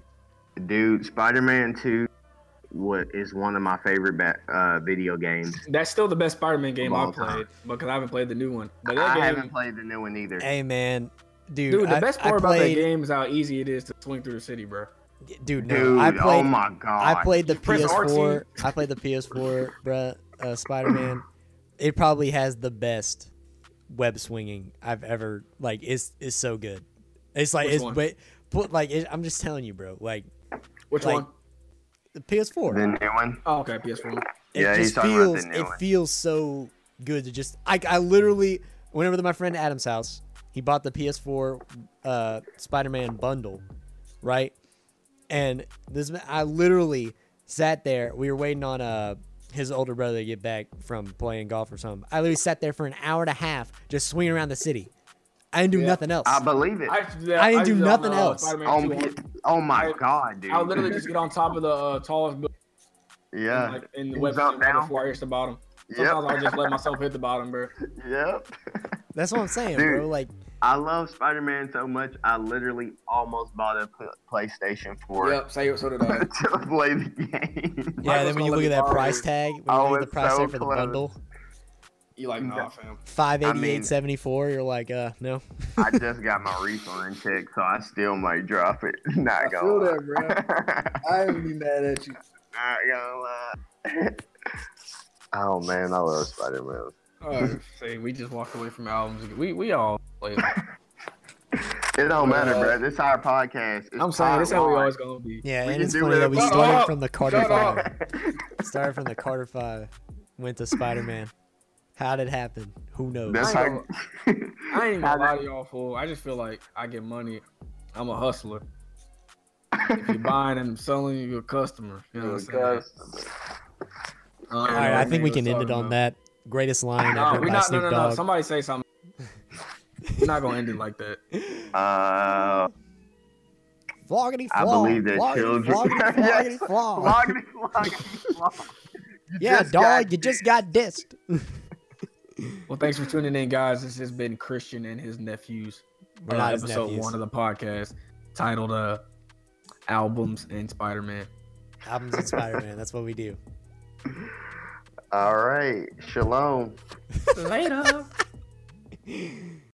Speaker 1: wait. Dude, Spider Man 2 what is one of my favorite ba- uh, video games.
Speaker 2: That's still the best Spider Man game
Speaker 1: Of all
Speaker 2: I've played because I haven't played the new one. But that
Speaker 1: I
Speaker 2: game,
Speaker 1: haven't played the new one either.
Speaker 3: hey man, dude,
Speaker 2: dude,
Speaker 3: I-
Speaker 2: the best
Speaker 3: I
Speaker 2: part about that
Speaker 3: played-
Speaker 2: game is how easy it is to swing through the city, bro.
Speaker 3: dude. No,
Speaker 1: Dude,
Speaker 3: I played.
Speaker 1: oh my god.
Speaker 3: I played the
Speaker 2: press
Speaker 3: PS4. I played the PS4, bruh. Uh, Spider Man. It probably has the best web swinging I've ever like. It's it's so good. It's like
Speaker 2: Which
Speaker 3: it's
Speaker 2: one?
Speaker 3: but put like it, I'm just telling you, bro. Like
Speaker 2: Which
Speaker 3: Like-
Speaker 2: one?
Speaker 3: the PS4.
Speaker 1: the new one.
Speaker 2: Oh, okay, PS4.
Speaker 3: it
Speaker 1: Yeah, he's
Speaker 3: just
Speaker 1: talking about the
Speaker 3: feels
Speaker 1: new
Speaker 3: it
Speaker 1: one.
Speaker 3: feels so good to just I I literally whenever to my friend Adam's house, he bought the PS4 uh Spider-Man bundle, right? And this ma- I literally sat there. We were waiting on uh his older brother to get back from playing golf or something. I literally sat there for an hour and a half just swinging around the city. I didn't do
Speaker 2: Yeah.
Speaker 3: nothing else.
Speaker 1: I believe it.
Speaker 2: I,
Speaker 3: I didn't do
Speaker 2: used to
Speaker 3: nothing
Speaker 2: own, uh,
Speaker 3: else.
Speaker 2: Spider-Man
Speaker 1: oh,
Speaker 2: 2 on-
Speaker 1: my- oh my
Speaker 2: I-
Speaker 1: god, dude.
Speaker 2: I would literally just get on top of the uh, tallest building
Speaker 1: yeah.
Speaker 2: like, in the
Speaker 1: You
Speaker 2: web
Speaker 1: jump down?
Speaker 2: before I reach the bottom.
Speaker 1: yep.
Speaker 2: Sometimes I would just let myself hit the bottom, bro.
Speaker 1: yep.
Speaker 3: That's what I'm saying,
Speaker 1: Dude.
Speaker 3: bro. Like
Speaker 1: I love Spider Man so much. I literally almost bought a p- PlayStation 4
Speaker 2: Yep, say so did I.
Speaker 1: to play the game.
Speaker 3: yeah, then
Speaker 2: Microsoft
Speaker 3: when
Speaker 2: let
Speaker 3: you look
Speaker 2: me
Speaker 3: at that
Speaker 2: borrow
Speaker 3: price
Speaker 2: it.
Speaker 3: tag, when you
Speaker 1: Oh,
Speaker 3: look at the
Speaker 1: it's
Speaker 3: price
Speaker 1: so
Speaker 3: tag for the
Speaker 1: close.
Speaker 3: bundle,
Speaker 2: You like,
Speaker 1: nah,
Speaker 2: nah, fam.
Speaker 3: five
Speaker 1: I mean-
Speaker 3: eighty eight seventy four, you're like, uh, no.
Speaker 1: I just got my refund check, so I still might drop it. Not
Speaker 2: I
Speaker 1: gonna
Speaker 2: feel
Speaker 1: lie.
Speaker 2: that, bro. I ain't be mad at you.
Speaker 1: Not gonna lie. oh man, I love Spider Man.
Speaker 2: Uh, see, we just walked away from albums. We we all. Like,
Speaker 1: It don't matter,
Speaker 2: Uh,
Speaker 1: bro. This our podcast. It's
Speaker 2: I'm saying this is how we
Speaker 1: pod
Speaker 2: always gonna be.
Speaker 3: Yeah,
Speaker 1: We
Speaker 3: and
Speaker 1: can
Speaker 3: it's
Speaker 1: do
Speaker 3: funny
Speaker 1: whatever
Speaker 3: that we
Speaker 1: we
Speaker 3: started
Speaker 2: want.
Speaker 3: from the Carter
Speaker 2: Shut up.
Speaker 3: Five. started from the Carter Five, went to Spider Man. How did it happen? Who knows?
Speaker 1: That's
Speaker 2: I
Speaker 1: how.
Speaker 2: ain't I ain't gonna lie to y'all, fool. I just feel like I get money. I'm a hustler. If you're buying and selling, you're a customer. You know what I'm saying?
Speaker 3: All right, I think we can end it on that greatest line
Speaker 2: No,
Speaker 3: ever
Speaker 2: we
Speaker 3: by
Speaker 2: not. No,
Speaker 3: Snoop
Speaker 2: no, no.
Speaker 3: Dogg.
Speaker 2: Somebody say something. We're not gonna end it like that.
Speaker 1: Uh,
Speaker 3: Floggity
Speaker 1: I
Speaker 3: flog,
Speaker 1: believe that
Speaker 3: floggity
Speaker 1: children-
Speaker 3: floggity
Speaker 1: Yes.
Speaker 3: floggity
Speaker 2: Oh.
Speaker 3: flog.
Speaker 1: loggity, loggity, log. You
Speaker 3: Yeah,
Speaker 1: just
Speaker 3: dog,
Speaker 1: got-
Speaker 3: you just got dissed.
Speaker 2: Well, thanks for tuning in, guys. This has been Christian and his nephews.
Speaker 3: We're
Speaker 2: uh,
Speaker 3: not his
Speaker 2: episode
Speaker 3: nephews.
Speaker 2: one of the podcast titled uh, "Albums and Spider Man."
Speaker 3: Albums and Spider Man. That's what we do.
Speaker 1: All right, shalom.
Speaker 2: Later.